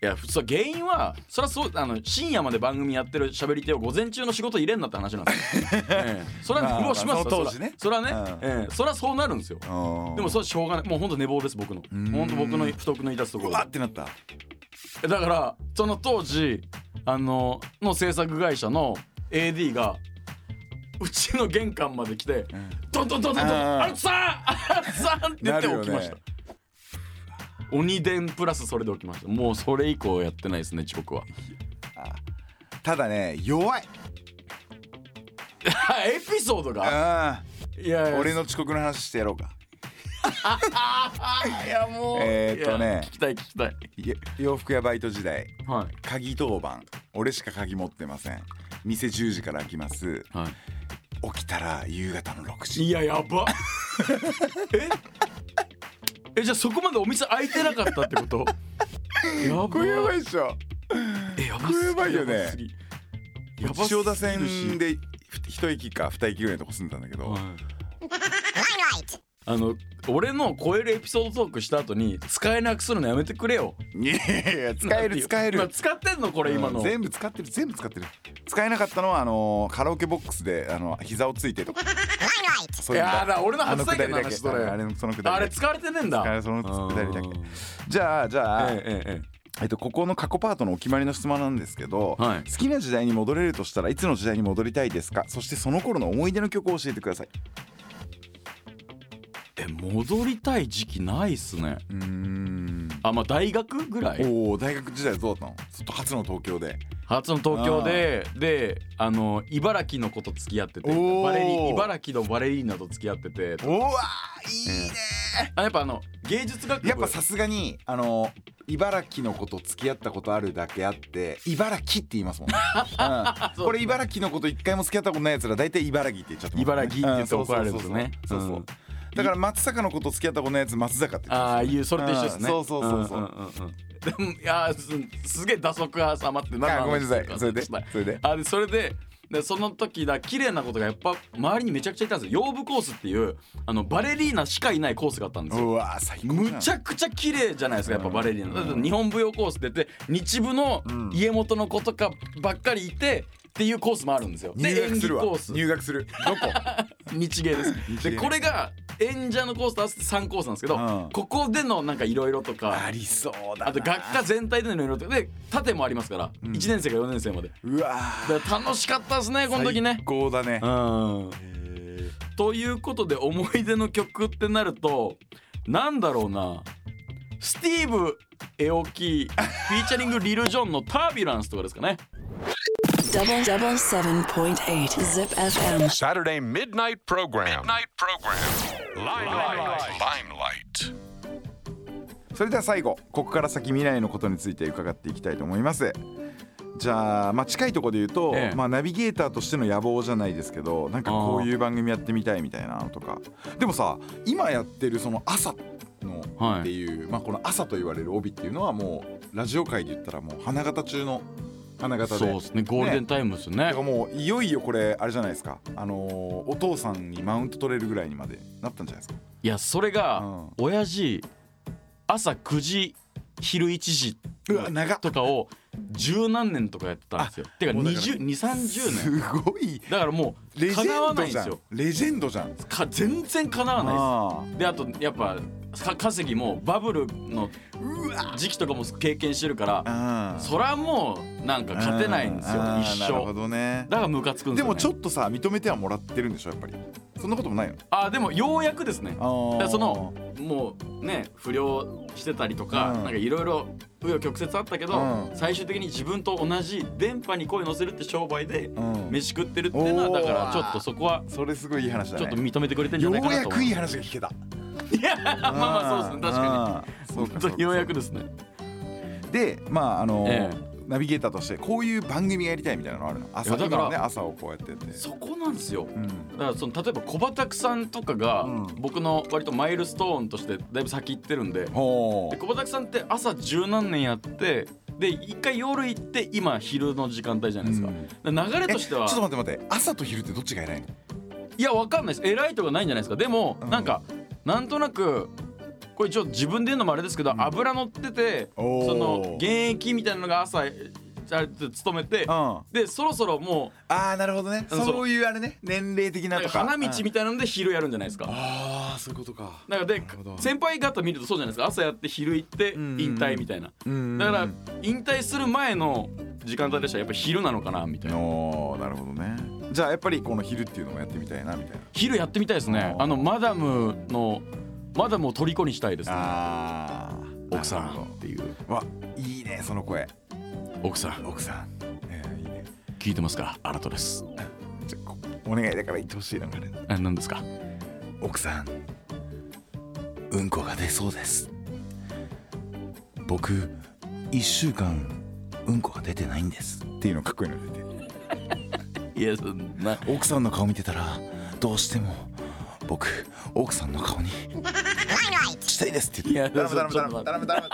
Speaker 4: や普通は原因はそりゃそうあの深夜まで番組やってる喋り手を午前中の仕事入れんなって話なん ですよ、ええそれは苦労しますよ
Speaker 3: まあまあその当時ね
Speaker 4: それはね、
Speaker 3: う
Speaker 4: ええそれはそうなるんですよでもそれはしょうがないもうほんと寝坊です僕の
Speaker 3: ん
Speaker 4: ほんと僕の不徳の致すとこ
Speaker 3: う
Speaker 4: ろ
Speaker 3: わってなった
Speaker 4: でだからその当時あのの制作会社の AD がうちの玄関まで来て「ドンドンドンドンド
Speaker 3: あ
Speaker 4: ン
Speaker 3: ー
Speaker 4: アルツさんアルツさん!」って言って
Speaker 3: なるよ
Speaker 4: 起
Speaker 3: ね
Speaker 4: きました。鬼伝プラスそれで起きましたもうそれ以降やってないですね遅刻は
Speaker 3: ただね弱い
Speaker 4: エピソードが
Speaker 3: あ
Speaker 4: いやいや
Speaker 3: 俺の遅刻の話してやろうか
Speaker 4: いやもう
Speaker 3: えーっとね
Speaker 4: いや聞きたい聞きたい
Speaker 3: い洋服やバイト時代
Speaker 4: はい
Speaker 3: 鍵当番俺しか鍵持ってません店10時から開きます
Speaker 4: は
Speaker 3: 起きたら夕方の6
Speaker 4: い、
Speaker 3: 時
Speaker 4: いやや ばええじゃあそこまでお店開いてなかったってことやば
Speaker 3: これ やばいっしょ
Speaker 4: えやば
Speaker 3: これ
Speaker 4: す
Speaker 3: やばいよね
Speaker 4: やばすぎやばすぎ
Speaker 3: 千代
Speaker 4: る
Speaker 3: 田
Speaker 4: し
Speaker 3: 線で一駅か二駅ぐらいのとこ住んでたんだけど、
Speaker 4: あの俺の超えるエピソードトークした後に使えなくするのやめてくれよ
Speaker 3: いやいや使え
Speaker 4: なんてい
Speaker 3: る
Speaker 4: う
Speaker 3: 使える
Speaker 4: 今使ってんのこれ今の、
Speaker 3: うん全部使ってる全部使ってる使えなかったのはあのーカラオケボックスであの膝をついてとかそういうの
Speaker 4: やだ俺の
Speaker 3: あの
Speaker 4: 初
Speaker 3: く
Speaker 4: 体験
Speaker 3: だり
Speaker 4: の
Speaker 3: だ
Speaker 4: 話
Speaker 3: け
Speaker 4: そ
Speaker 3: あ
Speaker 4: れ
Speaker 3: れ
Speaker 4: あ
Speaker 3: あ
Speaker 4: れ
Speaker 3: れそのくだりだけ
Speaker 4: 使われてねえんだ
Speaker 3: あれそのくだりだけ
Speaker 4: うん
Speaker 3: じゃあじゃあ、
Speaker 4: えええええ
Speaker 3: えっと、ここの過去パートのお決まりの質問なんですけど、
Speaker 4: はい
Speaker 3: 好きな時代に戻れるとしたらいつの時代に戻りたいですかそしてその頃の思い出の曲を教えてください
Speaker 4: ええ戻りたい時期ないっすね
Speaker 3: うーん
Speaker 4: あまあ大学ぐらい
Speaker 3: おお大学時代どうだったのずっと初の東京で
Speaker 4: 初の東京でであの茨城の子と付き合ってて
Speaker 3: おー
Speaker 4: バレリ茨城のバレリーナと付き合ってて
Speaker 3: おわいいね
Speaker 4: あやっぱあの芸術学部
Speaker 3: やっぱさすがにあの茨城の子と付き合ったことあるだけあって茨城って言いま すもんね、うん、これ茨城の子と一回も付き合ったことないやつら大体茨城って言っちゃってますもん
Speaker 4: 茨
Speaker 3: ね
Speaker 4: 城って言って怒られるんですよね
Speaker 3: うんそうそうそうそう
Speaker 4: うん
Speaker 3: だから松坂の子と付き合ったことないやつ松坂って言っ
Speaker 4: ああ
Speaker 3: て
Speaker 4: いうそれと一緒ですね。
Speaker 3: うんそうそうそうそうん
Speaker 4: んんうんでもいやーすすげえ打足が挟まって
Speaker 3: ます
Speaker 4: な
Speaker 3: あごめんなさいそれでそれで
Speaker 4: あでそれででその時だ綺麗なことがやっぱ周りにめちゃくちゃいたんですよ。養父コースっていうあのバレリーナしかいないコースがあったんですよ。
Speaker 3: うわ最高
Speaker 4: むち
Speaker 3: ゃ
Speaker 4: ゃくちゃ綺麗じゃないですかやっぱバレリーナ、だって日本舞踊コースってて日舞の家元の子とかばっかりいてっていうコースもあるんですよ。で
Speaker 3: 入学するわ
Speaker 4: 演技コース
Speaker 3: 入学するどこ
Speaker 4: 日芸です
Speaker 3: 日芸
Speaker 4: でこれが演者のコースと合わせて3コースなんですけど、
Speaker 3: うん
Speaker 4: ここでのなんかいろいろとか
Speaker 3: りそう
Speaker 4: あと学科全体でのいろいろとかで縦もありますから、1年生から4年生まで
Speaker 3: うわ
Speaker 4: だから楽しかったですねこの時ね
Speaker 3: 最。高だね
Speaker 4: うんということで思い出の曲ってなるとなんだろうなスティーブ・エオキフィーチャリングリル・ジョンの「タービュランス」とかですかね。
Speaker 1: Double double seven point eight zip FM.
Speaker 2: Saturday midnight program. Midnight program. Limelight. Limelight.
Speaker 3: それでは最後ここから先未来のことについて伺っていきたいと思いますじゃあ,、まあ近いところで言うと、
Speaker 4: ええ
Speaker 3: まあ、ナビゲーターとしての野望じゃないですけどなんかこういう番組やってみたいみたいなのとかでもさ今やってるその朝
Speaker 4: はい
Speaker 3: のっていう、まあ、この朝と言われる帯っていうのはもうラジオ界で言ったらもう花形中の花形で
Speaker 4: そうですねゴールデンタイムですよね
Speaker 3: だからもういよいよこれあれじゃないですかあのーお父さんにマウント取れるぐらいにまでなったんじゃないですか
Speaker 4: いやそれが、
Speaker 3: うん
Speaker 4: 親父朝9時昼1時
Speaker 3: うわ長っ
Speaker 4: とかを十何年とかやってたんですよ。てか
Speaker 3: もうだから
Speaker 4: 20 2030年
Speaker 3: すごい
Speaker 4: だからも
Speaker 3: レ
Speaker 4: う
Speaker 3: ジ
Speaker 4: かな
Speaker 3: ェ
Speaker 4: わな
Speaker 3: ンド
Speaker 4: いん
Speaker 3: じ
Speaker 4: で
Speaker 3: ゃ
Speaker 4: す
Speaker 3: ん
Speaker 4: よ。
Speaker 3: レジェンドじゃん
Speaker 4: か全然かなわない
Speaker 3: あ
Speaker 4: です。であとやっぱか稼ぎもバブルの時期とかも経験してるから
Speaker 3: あ
Speaker 4: そらもうなんか勝てないんですよ
Speaker 3: あー
Speaker 4: 一
Speaker 3: なるほ
Speaker 4: 生。
Speaker 3: どね
Speaker 4: だからムカつくんです
Speaker 3: で
Speaker 4: よ、ね。
Speaker 3: もちょっとさ認めてはもらってるんでしょやっぱりそんなこともないの
Speaker 4: あでもようやくですね。だか
Speaker 3: あ
Speaker 4: らそのもうね不良してたりとか、
Speaker 3: うん
Speaker 4: なんかいろいろ紆余曲折あったけど、
Speaker 3: うん
Speaker 4: 最終的に自分と同じ電波に声乗せるって商売で
Speaker 3: ん
Speaker 4: 飯食ってるっていうのは、
Speaker 3: お
Speaker 4: だ
Speaker 3: ー
Speaker 4: からちょっとそこは
Speaker 3: それすごいいい話だ
Speaker 4: ちょ
Speaker 3: ね
Speaker 4: っと認めてくれてんじゃ
Speaker 3: よ
Speaker 4: な
Speaker 3: う
Speaker 4: いかな
Speaker 3: や
Speaker 4: と
Speaker 3: く
Speaker 4: 思。
Speaker 3: いいう話が聞けた
Speaker 4: いや まあまあそうですね確か
Speaker 3: に
Speaker 4: に。本当 にようやくですね。
Speaker 3: でまああの
Speaker 4: え
Speaker 3: ナビゲーターとしてこういう番組やりたいみたいなのあるの朝
Speaker 4: いやだ
Speaker 3: だ
Speaker 4: か
Speaker 3: かららね朝をこうやってやって
Speaker 4: そこなんですよ。
Speaker 3: うん
Speaker 4: だからその例えば小畑さんとかが、
Speaker 3: うん
Speaker 4: 僕の割とマイルストーンとしてだいぶ先行ってるんで、
Speaker 3: ほ
Speaker 4: で小畑さんって朝十何年やってで一回夜行って今昼の時間帯じゃないですか,、流れ
Speaker 3: え
Speaker 4: とし
Speaker 3: ち
Speaker 4: て
Speaker 3: ょ
Speaker 4: は
Speaker 3: っと待って待って朝と昼ってどっちが偉いの
Speaker 4: いやわかんないです偉いとかないんじゃないですかでも、なんかなんとなくこれちょっと自分で言うのもあれですけど、油乗っててそ
Speaker 3: おー
Speaker 4: の現役みたいなのが朝あれ勤めて、
Speaker 3: あ
Speaker 4: でそろそろもう
Speaker 3: あーなるほどね
Speaker 4: うんそう
Speaker 3: そういうあれね年齢的な
Speaker 4: なん
Speaker 3: と
Speaker 4: か
Speaker 3: か
Speaker 4: 花道みたいなので昼やるんじゃないですか。
Speaker 3: ああそういうことか
Speaker 4: なんかで
Speaker 3: るほど
Speaker 4: 先輩方見るとそうじゃないですか朝やって昼行って
Speaker 3: ん
Speaker 4: 引退みたいな
Speaker 3: うん
Speaker 4: だから引退する前の時間帯でしたらやっぱ昼なのかなみたいな
Speaker 3: おーなるほどねじゃあやっぱりこの昼っていうのもやってみたいなみたいな
Speaker 4: 昼やってみたいですね
Speaker 3: あー
Speaker 4: あのマダムのマダムを虜にしたいですね
Speaker 3: あ
Speaker 4: 奥さんっていう
Speaker 3: わいいねその声
Speaker 4: 奥さん
Speaker 3: 奥さん、えーいいね
Speaker 4: 聞いてますかアラトです
Speaker 3: じゃあこお願いだから言ってほしいなんかね
Speaker 4: え何ですか
Speaker 3: 奥さんうんこが出そうです僕1週間うんこが出てないんですっていうのかっこいいの出て
Speaker 4: いやそんな
Speaker 3: 奥さんの顔見てたらどうしても僕奥さん の顔にしたいですって言って
Speaker 4: いや
Speaker 3: 頼む頼む
Speaker 4: ちょっ
Speaker 3: 頼
Speaker 4: と
Speaker 3: む
Speaker 4: 待
Speaker 3: 頼む頼む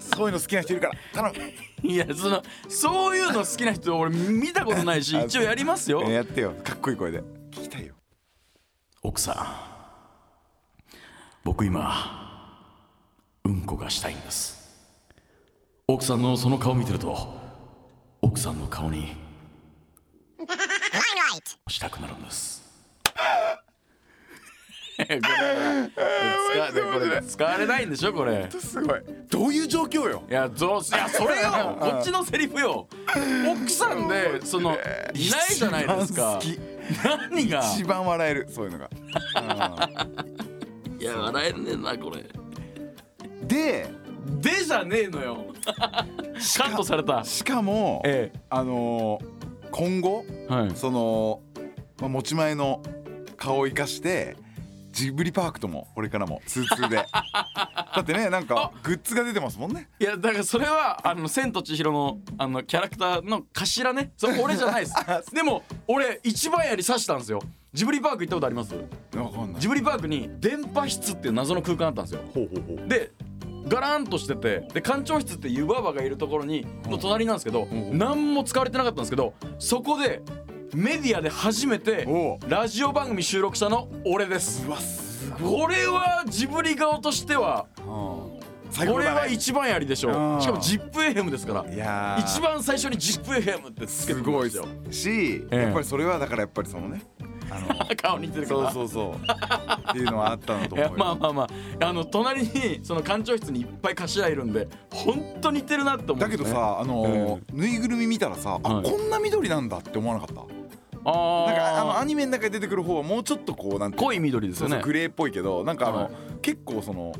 Speaker 3: そういうの好きな人いるから頼む
Speaker 4: っていやそのそういうの好きな人俺見たことないし一応やりますよ
Speaker 3: えーやってよかっこいい声で聞きたいよ
Speaker 4: 奥さん僕今うんこがしたいんです奥さんのその顔見てると奥さんの顔にしたくなるんですこれ 使わこれ使われないんでしょこれ
Speaker 3: すごいどういう状況よ
Speaker 4: いやどうすいやそれよこっちのセリフよ奥さんでそのいないじゃないですか
Speaker 3: 一
Speaker 4: 何が
Speaker 3: 番一番笑えるそういうのが
Speaker 4: いや笑えんねんなこれ
Speaker 3: で
Speaker 4: でじゃねえのよ カットされた
Speaker 3: しかも
Speaker 4: え
Speaker 3: あのー今後
Speaker 4: えはい
Speaker 3: その、まあ、持ち前の顔を生かしてジブリパークともこれからも通 通でだってねなんかグッズが出てますもんね
Speaker 4: いやだからそれはあの「千と千尋の」あのキャラクターの頭ねそれ俺じゃ ないですでも俺一番槍刺したんですよジブリパーク行ったことあります
Speaker 3: わかんない
Speaker 4: ジブリパークに電波室っていう謎の空間あったんですよ
Speaker 3: ほうほうほう
Speaker 4: でガランとしててで館長室って湯婆婆がいるところにの隣なんですけど
Speaker 3: ん
Speaker 4: 何も使われてなかったんですけどそこでメディアで初めて
Speaker 3: おう
Speaker 4: ラジオ番組収録したの俺です
Speaker 3: うわすごい
Speaker 4: これはジブリ顔としては
Speaker 3: 最
Speaker 4: こ
Speaker 3: 高
Speaker 4: れ
Speaker 3: だ
Speaker 4: は
Speaker 3: ね
Speaker 4: 一番やりでしょ
Speaker 3: うん
Speaker 4: うしかも ZIPFM ですから
Speaker 3: いやー
Speaker 4: 一番最初に ZIPFM ってつけてく
Speaker 3: す
Speaker 4: るん
Speaker 3: ご
Speaker 4: で
Speaker 3: い
Speaker 4: すよ
Speaker 3: し、
Speaker 4: ええ
Speaker 3: やっぱりそれはだからやっぱりそのねあの
Speaker 4: 顔似てるか
Speaker 3: そう
Speaker 4: ら
Speaker 3: そうそうっていうのはあったのと
Speaker 4: い
Speaker 3: 思う
Speaker 4: や
Speaker 3: よ
Speaker 4: まあまあまああの隣にその館長室にいっぱい頭いるんで本当似てるなって思うん
Speaker 3: だ
Speaker 4: で
Speaker 3: け
Speaker 4: すね
Speaker 3: どさ、あのーぬいぐるみ見たらさ、あ
Speaker 4: はい
Speaker 3: こんな緑なんだって思わなかった
Speaker 4: あ
Speaker 3: なんかあの
Speaker 4: あ
Speaker 3: アニメの中で出てくる方はもうちょっとこうなんていうの
Speaker 4: 濃い緑です
Speaker 3: そ
Speaker 4: よ
Speaker 3: うそう
Speaker 4: ね
Speaker 3: グレーっぽいけどなんかあの、
Speaker 4: はい
Speaker 3: 結構その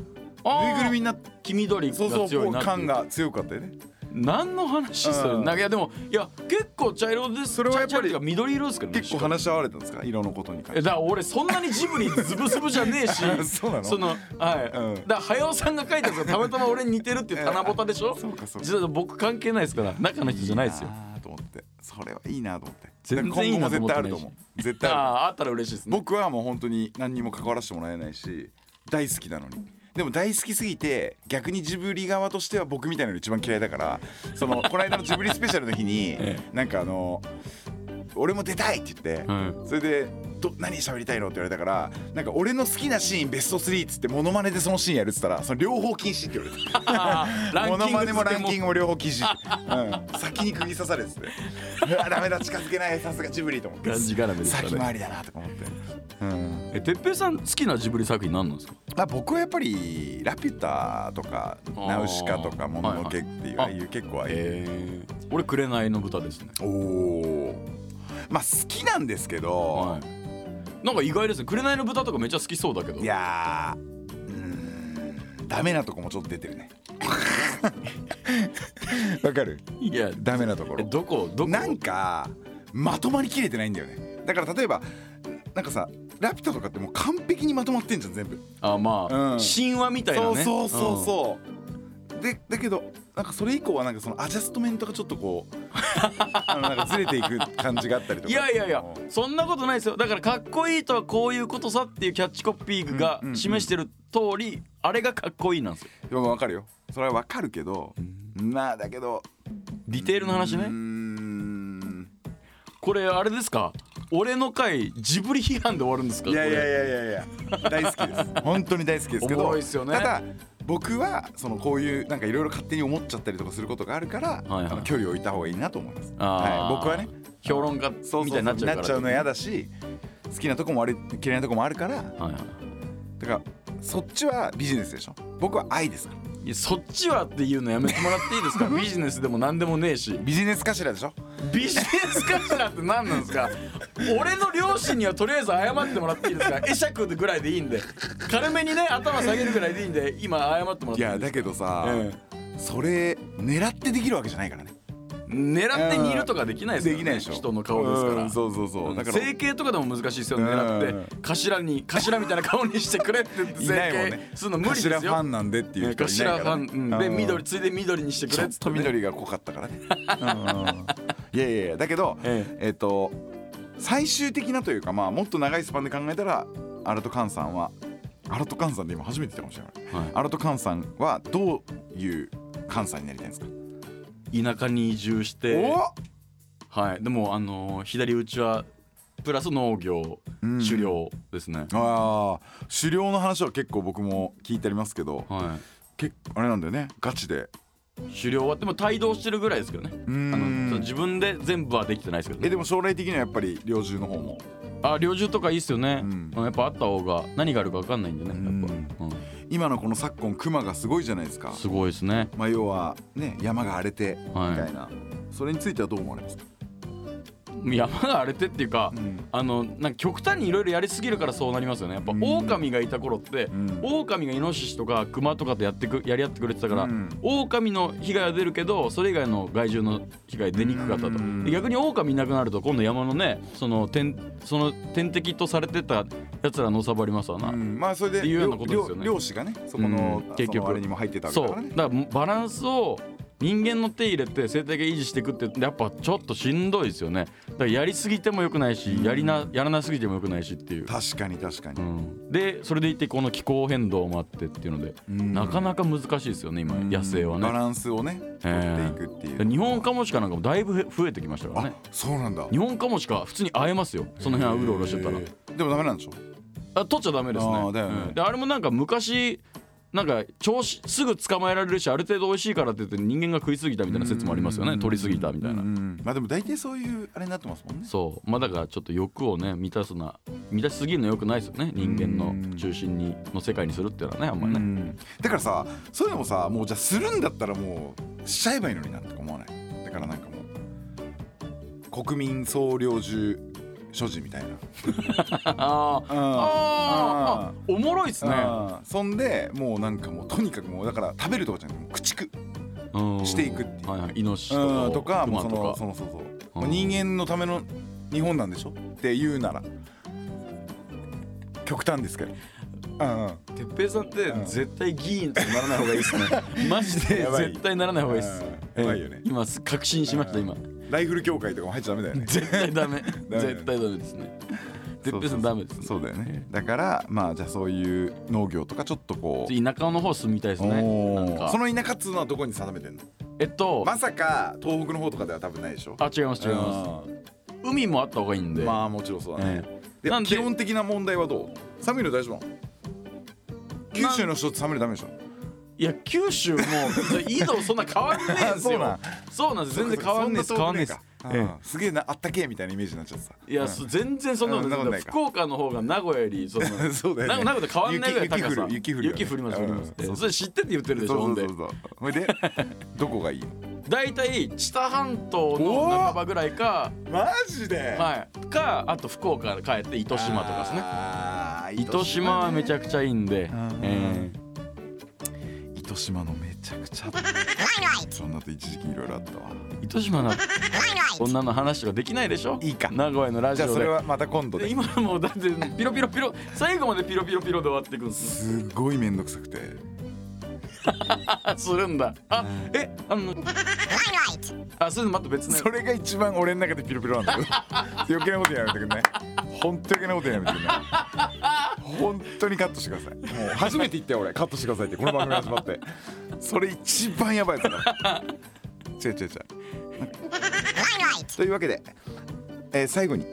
Speaker 4: あー
Speaker 3: ぬいぐるみになって
Speaker 4: 黄緑が
Speaker 3: そうそう
Speaker 4: 強
Speaker 3: こ
Speaker 4: いうなってい
Speaker 3: 感
Speaker 4: う
Speaker 3: が強かったよね
Speaker 4: 何の話す
Speaker 3: う
Speaker 4: る
Speaker 3: ん
Speaker 4: なんかいやでもいや結構茶色です
Speaker 3: それはやっぱり
Speaker 4: 茶色ていうか緑色ですけどね
Speaker 3: 結構話し合われたんですか色のことに関
Speaker 4: え
Speaker 3: して
Speaker 4: だから俺そんなにジブリズブズブじゃねえし
Speaker 3: そうなの
Speaker 4: そのはい、
Speaker 3: うん
Speaker 4: だから早尾さんが書いたやつがたまたま俺に似てるっていう七夕でしょ
Speaker 3: そうかそうか
Speaker 4: 実は僕関係ないですから中の人じゃないですよ
Speaker 3: あーと思ってそれはいいなと思って
Speaker 4: 全然いいなと思ってないし
Speaker 3: 今後も絶対あると思う
Speaker 4: あ
Speaker 3: 絶対ある
Speaker 4: ああったら嬉しいですね
Speaker 3: 僕はもう本当に何にも関わらせてもらえないし大好きなのにでも大好きすぎて逆にジブリ側としては僕みたいなのが一番嫌いだからそのこの間のジブリスペシャルの日に
Speaker 4: え
Speaker 3: なんかあの俺も出たいって言って、
Speaker 4: は
Speaker 3: それでど何喋りたいのって言われたからなんか俺の好きなシーンベスト3っつってモノマネでそのシーンやるっつったらその両方禁止って言われて
Speaker 4: あ ーランキ
Speaker 3: モ
Speaker 4: ング
Speaker 3: ノマネもラン
Speaker 4: 付
Speaker 3: キ
Speaker 4: け
Speaker 3: ングも両方記事、うん、先に釘刺されてて うわダメだ近づけないさすがジブリと思って
Speaker 4: がんじがらめですからね
Speaker 3: 先回りだなとか思って、うん、
Speaker 4: え哲平さん好きなジブリ作品何なんですか
Speaker 3: まあ僕はやっぱり「ラピュタ」とか「
Speaker 4: ー
Speaker 3: ナウシカ」とか「もののけ」っていうああ
Speaker 4: はいはい
Speaker 3: いう結構ああいう、
Speaker 4: え俺紅の豚ですね
Speaker 3: おおまあ好きなんですけ
Speaker 4: は
Speaker 3: ど、
Speaker 4: いなんか意外ですね紅の豚とかめっちゃ好きそうだけど
Speaker 3: い、やーうーんダメなとこもちょっと出てるね わかる
Speaker 4: いや
Speaker 3: ダメなとこ
Speaker 4: え
Speaker 3: ろ
Speaker 4: どこどこ
Speaker 3: なんかまとまりきれてないんだよねだから例えばなんかさ「ラピュタ」とかってもう完璧にまとまってんじゃん全部
Speaker 4: あまあ、
Speaker 3: うん
Speaker 4: 神話みたいな
Speaker 3: そう
Speaker 4: ね
Speaker 3: そうそう
Speaker 4: うん
Speaker 3: そう、でだけどなんかそれ以降はなんかそのアジャストメントがちょっとこう あのなんかずれていく感じがあったりとか
Speaker 4: いやいやいや
Speaker 3: うん
Speaker 4: そんなことないですよだからかっこいいとはこういうことさっていうキャッチコピーが
Speaker 3: うんうんうん
Speaker 4: 示してる通り、あれがかっこいいなんですよ
Speaker 3: でもわかるよそれはわかるけど、まあだけど
Speaker 4: ディテールの話
Speaker 3: うー
Speaker 4: ね
Speaker 3: ん
Speaker 4: これあれですか俺の回ジブリ批判で終わるんですか
Speaker 3: いやいやい
Speaker 4: や
Speaker 3: やいやいや大好きです 本当に大好きですけ
Speaker 4: おも
Speaker 3: ど
Speaker 4: ろいっすよね
Speaker 3: ただ僕はそのこういうなんかいろいろ勝手に思っちゃったりとかすることがあるから、
Speaker 4: はい
Speaker 3: あの距離を置いた方がいいなと思います、
Speaker 4: あー
Speaker 3: はい、僕はね
Speaker 4: 評論家
Speaker 3: そう
Speaker 4: み
Speaker 3: そ
Speaker 4: たいうになっちゃうから
Speaker 3: なっちゃうの嫌だし好きなとこも悪い嫌いなとこもあるから
Speaker 4: はいは
Speaker 3: だからそっちはビジネスでしょ僕は愛ですから
Speaker 4: いいやそっちはっていうのやめてもらっていいですかビジネスでも何でもねえし
Speaker 3: ビジネス頭でしょ
Speaker 4: ビジネス頭って何なんですか俺の両親にはとりあえず謝ってもらっていいですか会釈ぐらいでいいんで軽めにね頭下げるぐらいでいいんで今謝ってもらってい
Speaker 3: い
Speaker 4: い
Speaker 3: や
Speaker 4: で
Speaker 3: だ
Speaker 4: す
Speaker 3: けどさ、
Speaker 4: え
Speaker 3: それ狙ってできるわけじゃないからね
Speaker 4: 狙って煮るとかできないですから、ね、
Speaker 3: できないでしょ
Speaker 4: 人の顔ですから
Speaker 3: うんそうそうそうだから
Speaker 4: 整形とかでも難しいですよ狙って頭に頭みたいな顔にしてくれって言って
Speaker 3: い
Speaker 4: 整
Speaker 3: ないもん
Speaker 4: 形
Speaker 3: ね
Speaker 4: するの無理ですよ
Speaker 3: 頭ファンなんでっていう人いな
Speaker 4: 頭
Speaker 3: いか
Speaker 4: ファ
Speaker 3: ら、ね、
Speaker 4: ンうんで
Speaker 3: うん
Speaker 4: 緑ついで緑にしてく
Speaker 3: ちょ
Speaker 4: れ
Speaker 3: っ
Speaker 4: っつって
Speaker 3: と
Speaker 4: ね
Speaker 3: 緑が濃かったからね。いやいやいやだけど、
Speaker 4: え
Speaker 3: えっ、と最終的なというかまあもっと長いスパンで考えたらアラトカンさんはアラトカンさんで今初めて言ったかもしれない、
Speaker 4: はい
Speaker 3: アラトカンさんはどういうカンさんになりたいんですか、
Speaker 4: 田舎に移住してはいでもあのー左打ちはプラス農業
Speaker 3: うん
Speaker 4: 狩猟ですね、
Speaker 3: ああ狩猟の話は結構僕も聞いてありますけど
Speaker 4: は
Speaker 3: 結構あれなんだよねガチで
Speaker 4: い狩猟はでも帯同してるぐらいですけどね
Speaker 3: う
Speaker 4: あのその
Speaker 3: ん
Speaker 4: 自分で全部はできてないですけど、ね、
Speaker 3: えでも将来的にはやっぱり猟銃の方も
Speaker 4: あ猟銃とかいいっすよね、
Speaker 3: うん
Speaker 4: やっぱあった方が何があるか分かんないんでねやっぱ、うん
Speaker 3: 今のこの昨今クマがすごいじゃないですか
Speaker 4: すごいですね
Speaker 3: まあ要はね山が荒れてみ
Speaker 4: はい
Speaker 3: たいな、それについてはどう思われますか、
Speaker 4: 山が荒れてっていうか、
Speaker 3: うん
Speaker 4: あのなんか極端にいろいろやりすぎるからそうなりますよねやっぱ
Speaker 3: うん
Speaker 4: 狼がいた頃って、
Speaker 3: ん
Speaker 4: 狼がイノシシとか熊とかとやってくやり合ってくれてたから、
Speaker 3: うん
Speaker 4: 狼の被害は出るけどそれ以外の害獣の被害出にくかったと、
Speaker 3: うん
Speaker 4: で逆に狼いなくなると今度山のねその天その天敵とされてたやつらのさばりますわな、
Speaker 3: うんまあそれ
Speaker 4: って
Speaker 3: で
Speaker 4: いうような
Speaker 3: 猟
Speaker 4: ことですよね
Speaker 3: 猟猟師がねそこの、
Speaker 4: うん
Speaker 3: その
Speaker 4: 結局
Speaker 3: あれにも入ってたわけ
Speaker 4: そ
Speaker 3: だ
Speaker 4: う
Speaker 3: か
Speaker 4: だから
Speaker 3: ね
Speaker 4: らバランスを人間の手入れて生態系維持していくってやっぱちょっとしんどいですよねだからやりすぎてもよくないしやりなやらなすぎてもよくないしっていう、
Speaker 3: 確かに確かに
Speaker 4: う、ん、でそれでいてこの気候変動もあってっていうので、
Speaker 3: うん
Speaker 4: なかなか難しいですよね今野生は
Speaker 3: バ
Speaker 4: ね
Speaker 3: ランスをね取っていくっていう、
Speaker 4: で日本カモシカなんかもだいぶ増えてきましたから
Speaker 3: あ
Speaker 4: ね
Speaker 3: そうなんだ
Speaker 4: 日本カモシカ普通に会えますよその辺はうろうろしてたら
Speaker 3: でもダメなんでしょ
Speaker 4: あ取っちゃダメですね
Speaker 3: あーだよね
Speaker 4: うんであれもなんか昔なんか調子すぐ捕まえられるしある程度美味しいからって言って人間が食いすぎたみたいな説もありますよね取りすぎたみたいな
Speaker 3: うんまあでも大体そういうあれになってますもんね
Speaker 4: そうまあだからちょっと欲をね満たすな満たしすぎるのよくないですよね人間の中心にの世界にするっていうのはねあんまり
Speaker 3: う
Speaker 4: ね
Speaker 3: んだからさそういうのもさもうじゃあするんだったらもうしちゃえばいいのになって思わないだからなんかもう国民総領銃所持みたいな、
Speaker 4: あーあーあおもろいっす
Speaker 3: うん
Speaker 4: ね
Speaker 3: うんそんでもうなんかもうとにかくもうだから食べるとかじゃなくてもう駆逐
Speaker 4: うん
Speaker 3: していくっていう
Speaker 4: はいはいイノシシとか
Speaker 3: う
Speaker 4: を
Speaker 3: んとか
Speaker 4: ク
Speaker 3: もう
Speaker 4: マ
Speaker 3: そ
Speaker 4: と
Speaker 3: の
Speaker 4: か
Speaker 3: そのそうそう
Speaker 4: うん
Speaker 3: もう人間のための日本なんでしょって言うなら極端ですけど、うんうん、
Speaker 4: 哲平さんって
Speaker 3: うん
Speaker 4: 絶対議員ってならない方がいいっすね マジで
Speaker 3: やばい
Speaker 4: 絶対ならない方がいいっす
Speaker 3: うんやばいよね
Speaker 4: 今確信しました今
Speaker 3: ライフル協会とかも入っちゃダメだよね
Speaker 4: 絶対ダメ
Speaker 3: メ
Speaker 4: 絶対ダメですね 絶対ダメですね
Speaker 3: そうだよねだからまあじゃあそういう農業とかちょっとこう
Speaker 4: 田舎の方住みたいですね
Speaker 3: お
Speaker 4: なん
Speaker 3: ー
Speaker 4: か
Speaker 3: その田舎っつうのはどこに定めてんの
Speaker 4: えっと、
Speaker 3: まさか東北の方とかでは多分ないでしょ
Speaker 4: あ違います違いま
Speaker 3: うん
Speaker 4: す海もあった方がいいんで、
Speaker 3: まあもちろんそうだね、
Speaker 4: え
Speaker 3: で
Speaker 4: なんで
Speaker 3: 基本的な問題はどう寒いの大丈夫なの九州の人って寒いのダメでしょ
Speaker 4: いや九州も緯度そんな変わんねえんですよ
Speaker 3: あそうなん
Speaker 4: そうなんです全然変わんないです
Speaker 3: そ
Speaker 4: 変
Speaker 3: か
Speaker 4: わんないです
Speaker 3: そかうんすげえなあったけえみたいなイメージになっちゃってさ
Speaker 4: いや、そ全然そんなことない
Speaker 3: うんそんなことないか
Speaker 4: 福岡の方が名古屋よりそんな
Speaker 3: そうだよね
Speaker 4: な名古屋と変わんないぐらい高さ
Speaker 3: 雪雪降るよね
Speaker 4: 雪降ります降ります、
Speaker 3: うん
Speaker 4: えそれ知ってて言ってるでしょほんで
Speaker 3: そうほいでどこがいいの
Speaker 4: 大体知多半島の半ばぐらいか
Speaker 3: マジで
Speaker 4: はいかあと福岡から帰って糸島とかですね
Speaker 3: ね
Speaker 4: 糸島はめちゃくちゃいいんで、え
Speaker 3: 糸島のめちゃくちゃそんなと一時期いろいろあったわ
Speaker 4: ー糸島の女の話はできないでしょ
Speaker 3: いいか
Speaker 4: 名古屋のラジ
Speaker 3: じゃあ
Speaker 4: オ
Speaker 3: そ
Speaker 4: で
Speaker 3: れはまた今度
Speaker 4: で
Speaker 3: で
Speaker 4: 今もうだってピロピロ ピロ最後までピロピロピロで終わっていくん です
Speaker 3: すっごい面倒くさくて
Speaker 4: あするんだあえあのあそれまた別の
Speaker 3: それが一番俺の中でピロピロなんだ けど余計なことやめてくんね本当余計なことやめてくんね本当にカットしてくださいもう初めて言ったよ俺カットしてくださいってこの番組始まってそれ一番やばいやつだから 違う違う違うというわけで、えー最後に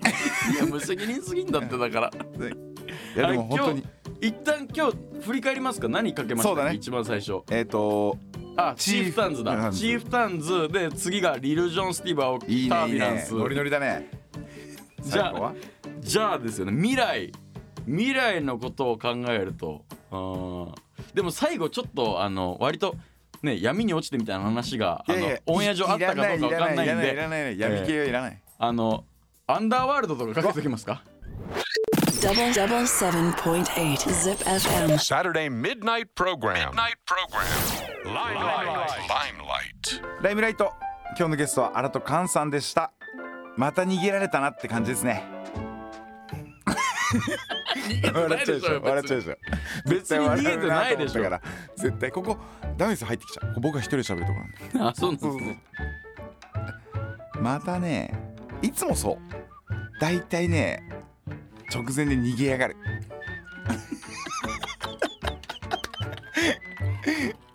Speaker 4: いや無責任すぎんだってだから
Speaker 3: いやでも
Speaker 4: あ
Speaker 3: 本当に
Speaker 4: 今日一旦今日振り返りますか何かけました
Speaker 3: そうだね
Speaker 4: 一番最初
Speaker 3: えっ、と
Speaker 4: あチ
Speaker 3: チー
Speaker 4: ー
Speaker 3: フ
Speaker 4: フタンズ
Speaker 3: タ
Speaker 4: だ
Speaker 3: ンズ
Speaker 4: チーフタンズで次がリル・ジョン・スティーバーをタ
Speaker 3: いいね
Speaker 4: ー
Speaker 3: い
Speaker 4: ビ
Speaker 3: い
Speaker 4: ラン
Speaker 3: ね
Speaker 4: ス
Speaker 3: ノリノリだね
Speaker 4: じゃ
Speaker 3: 最後
Speaker 4: あ
Speaker 3: は
Speaker 4: じゃあですよね未来未来のことを考えるとあーでも最後ちょっとあの割とね闇に落ちてみたいな話があのオンエア上あったかどうかわかんないん
Speaker 3: い
Speaker 4: で
Speaker 3: らないいらない闇系はいらない、
Speaker 4: あのアンダーワールドとかかけときますか
Speaker 1: Double double seven point eight Zip FM.
Speaker 2: Saturday midnight program. Midnight program. Limelight. Limelight.
Speaker 3: ライムライト今日のゲストはアラトカンさんでしたまた逃げられたなって感じですね笑っちゃうでしょ笑っちゃうでしょ
Speaker 4: 別に逃げてないでしょ
Speaker 3: だから絶対ここダメですよ入ってきちゃう僕が一人で喋るとこなんで
Speaker 4: あそうなんです
Speaker 3: またねいつもそう大体ね直前で逃げやがる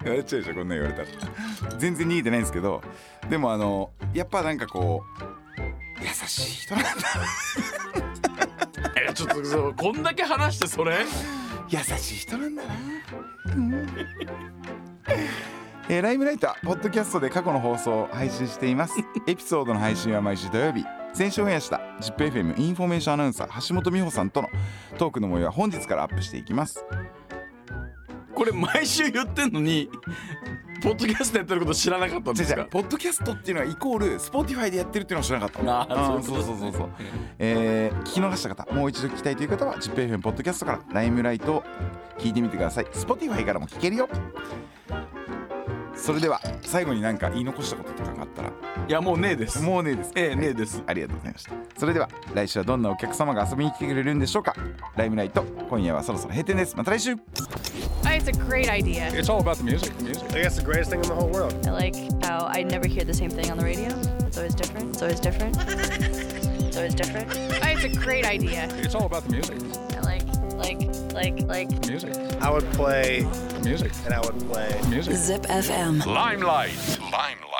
Speaker 3: 言われちゃうでしょこんなん言われたら全然逃げてないんですけどでもあのやっぱなんかこう優しい人なんだ
Speaker 4: えちょっとそうこんだけ話してそれ
Speaker 3: 優しい人なんだな、うんえーライムライターポッドキャストで過去の放送を配信していますエピソードの配信は毎週土曜日先週オンエアした ZIPFM インフォメーションアナウンサー橋本美穂さんとのトークの模様は本日からアップしていきます
Speaker 4: これ毎週言ってんのにポッドキャストやってること知らなかったん
Speaker 3: じ
Speaker 4: で
Speaker 3: ゃ
Speaker 4: す
Speaker 3: じゃ
Speaker 4: か
Speaker 3: ポッドキャストっていうのはイコール Spotify でやってるっていうのは知らなかった
Speaker 4: あー
Speaker 3: うん
Speaker 4: そういうことですね
Speaker 3: そうえー聞き逃した方もう一度聞きたいという方は ZIPFM ポッドキャストからライムライトを聞いてみてください Spotify からも聞けるよそれでは最後になんか言い残したこととかがあったら
Speaker 4: いやもうねえです
Speaker 3: もうねえです
Speaker 4: ええねえです
Speaker 3: ありがとうございましたそれでは来週はどんなお客様が遊びに来てくれるんでしょうかライムライト今夜はそろそろ閉店ですまた来週
Speaker 6: Oh, It's a great idea.
Speaker 7: It's all about the music. music.
Speaker 8: I guess the greatest thing in the whole world.
Speaker 6: I like how I never hear the same thing on the radio. It's always different. It's always different. It's always different. Oh, It's a great idea.
Speaker 7: It's all about the music.
Speaker 6: I like, like, like, like.
Speaker 7: Music.
Speaker 8: I would play
Speaker 7: Music.
Speaker 8: and I would play.
Speaker 7: Music.
Speaker 1: Zip FM.
Speaker 2: Limelight. Limelight.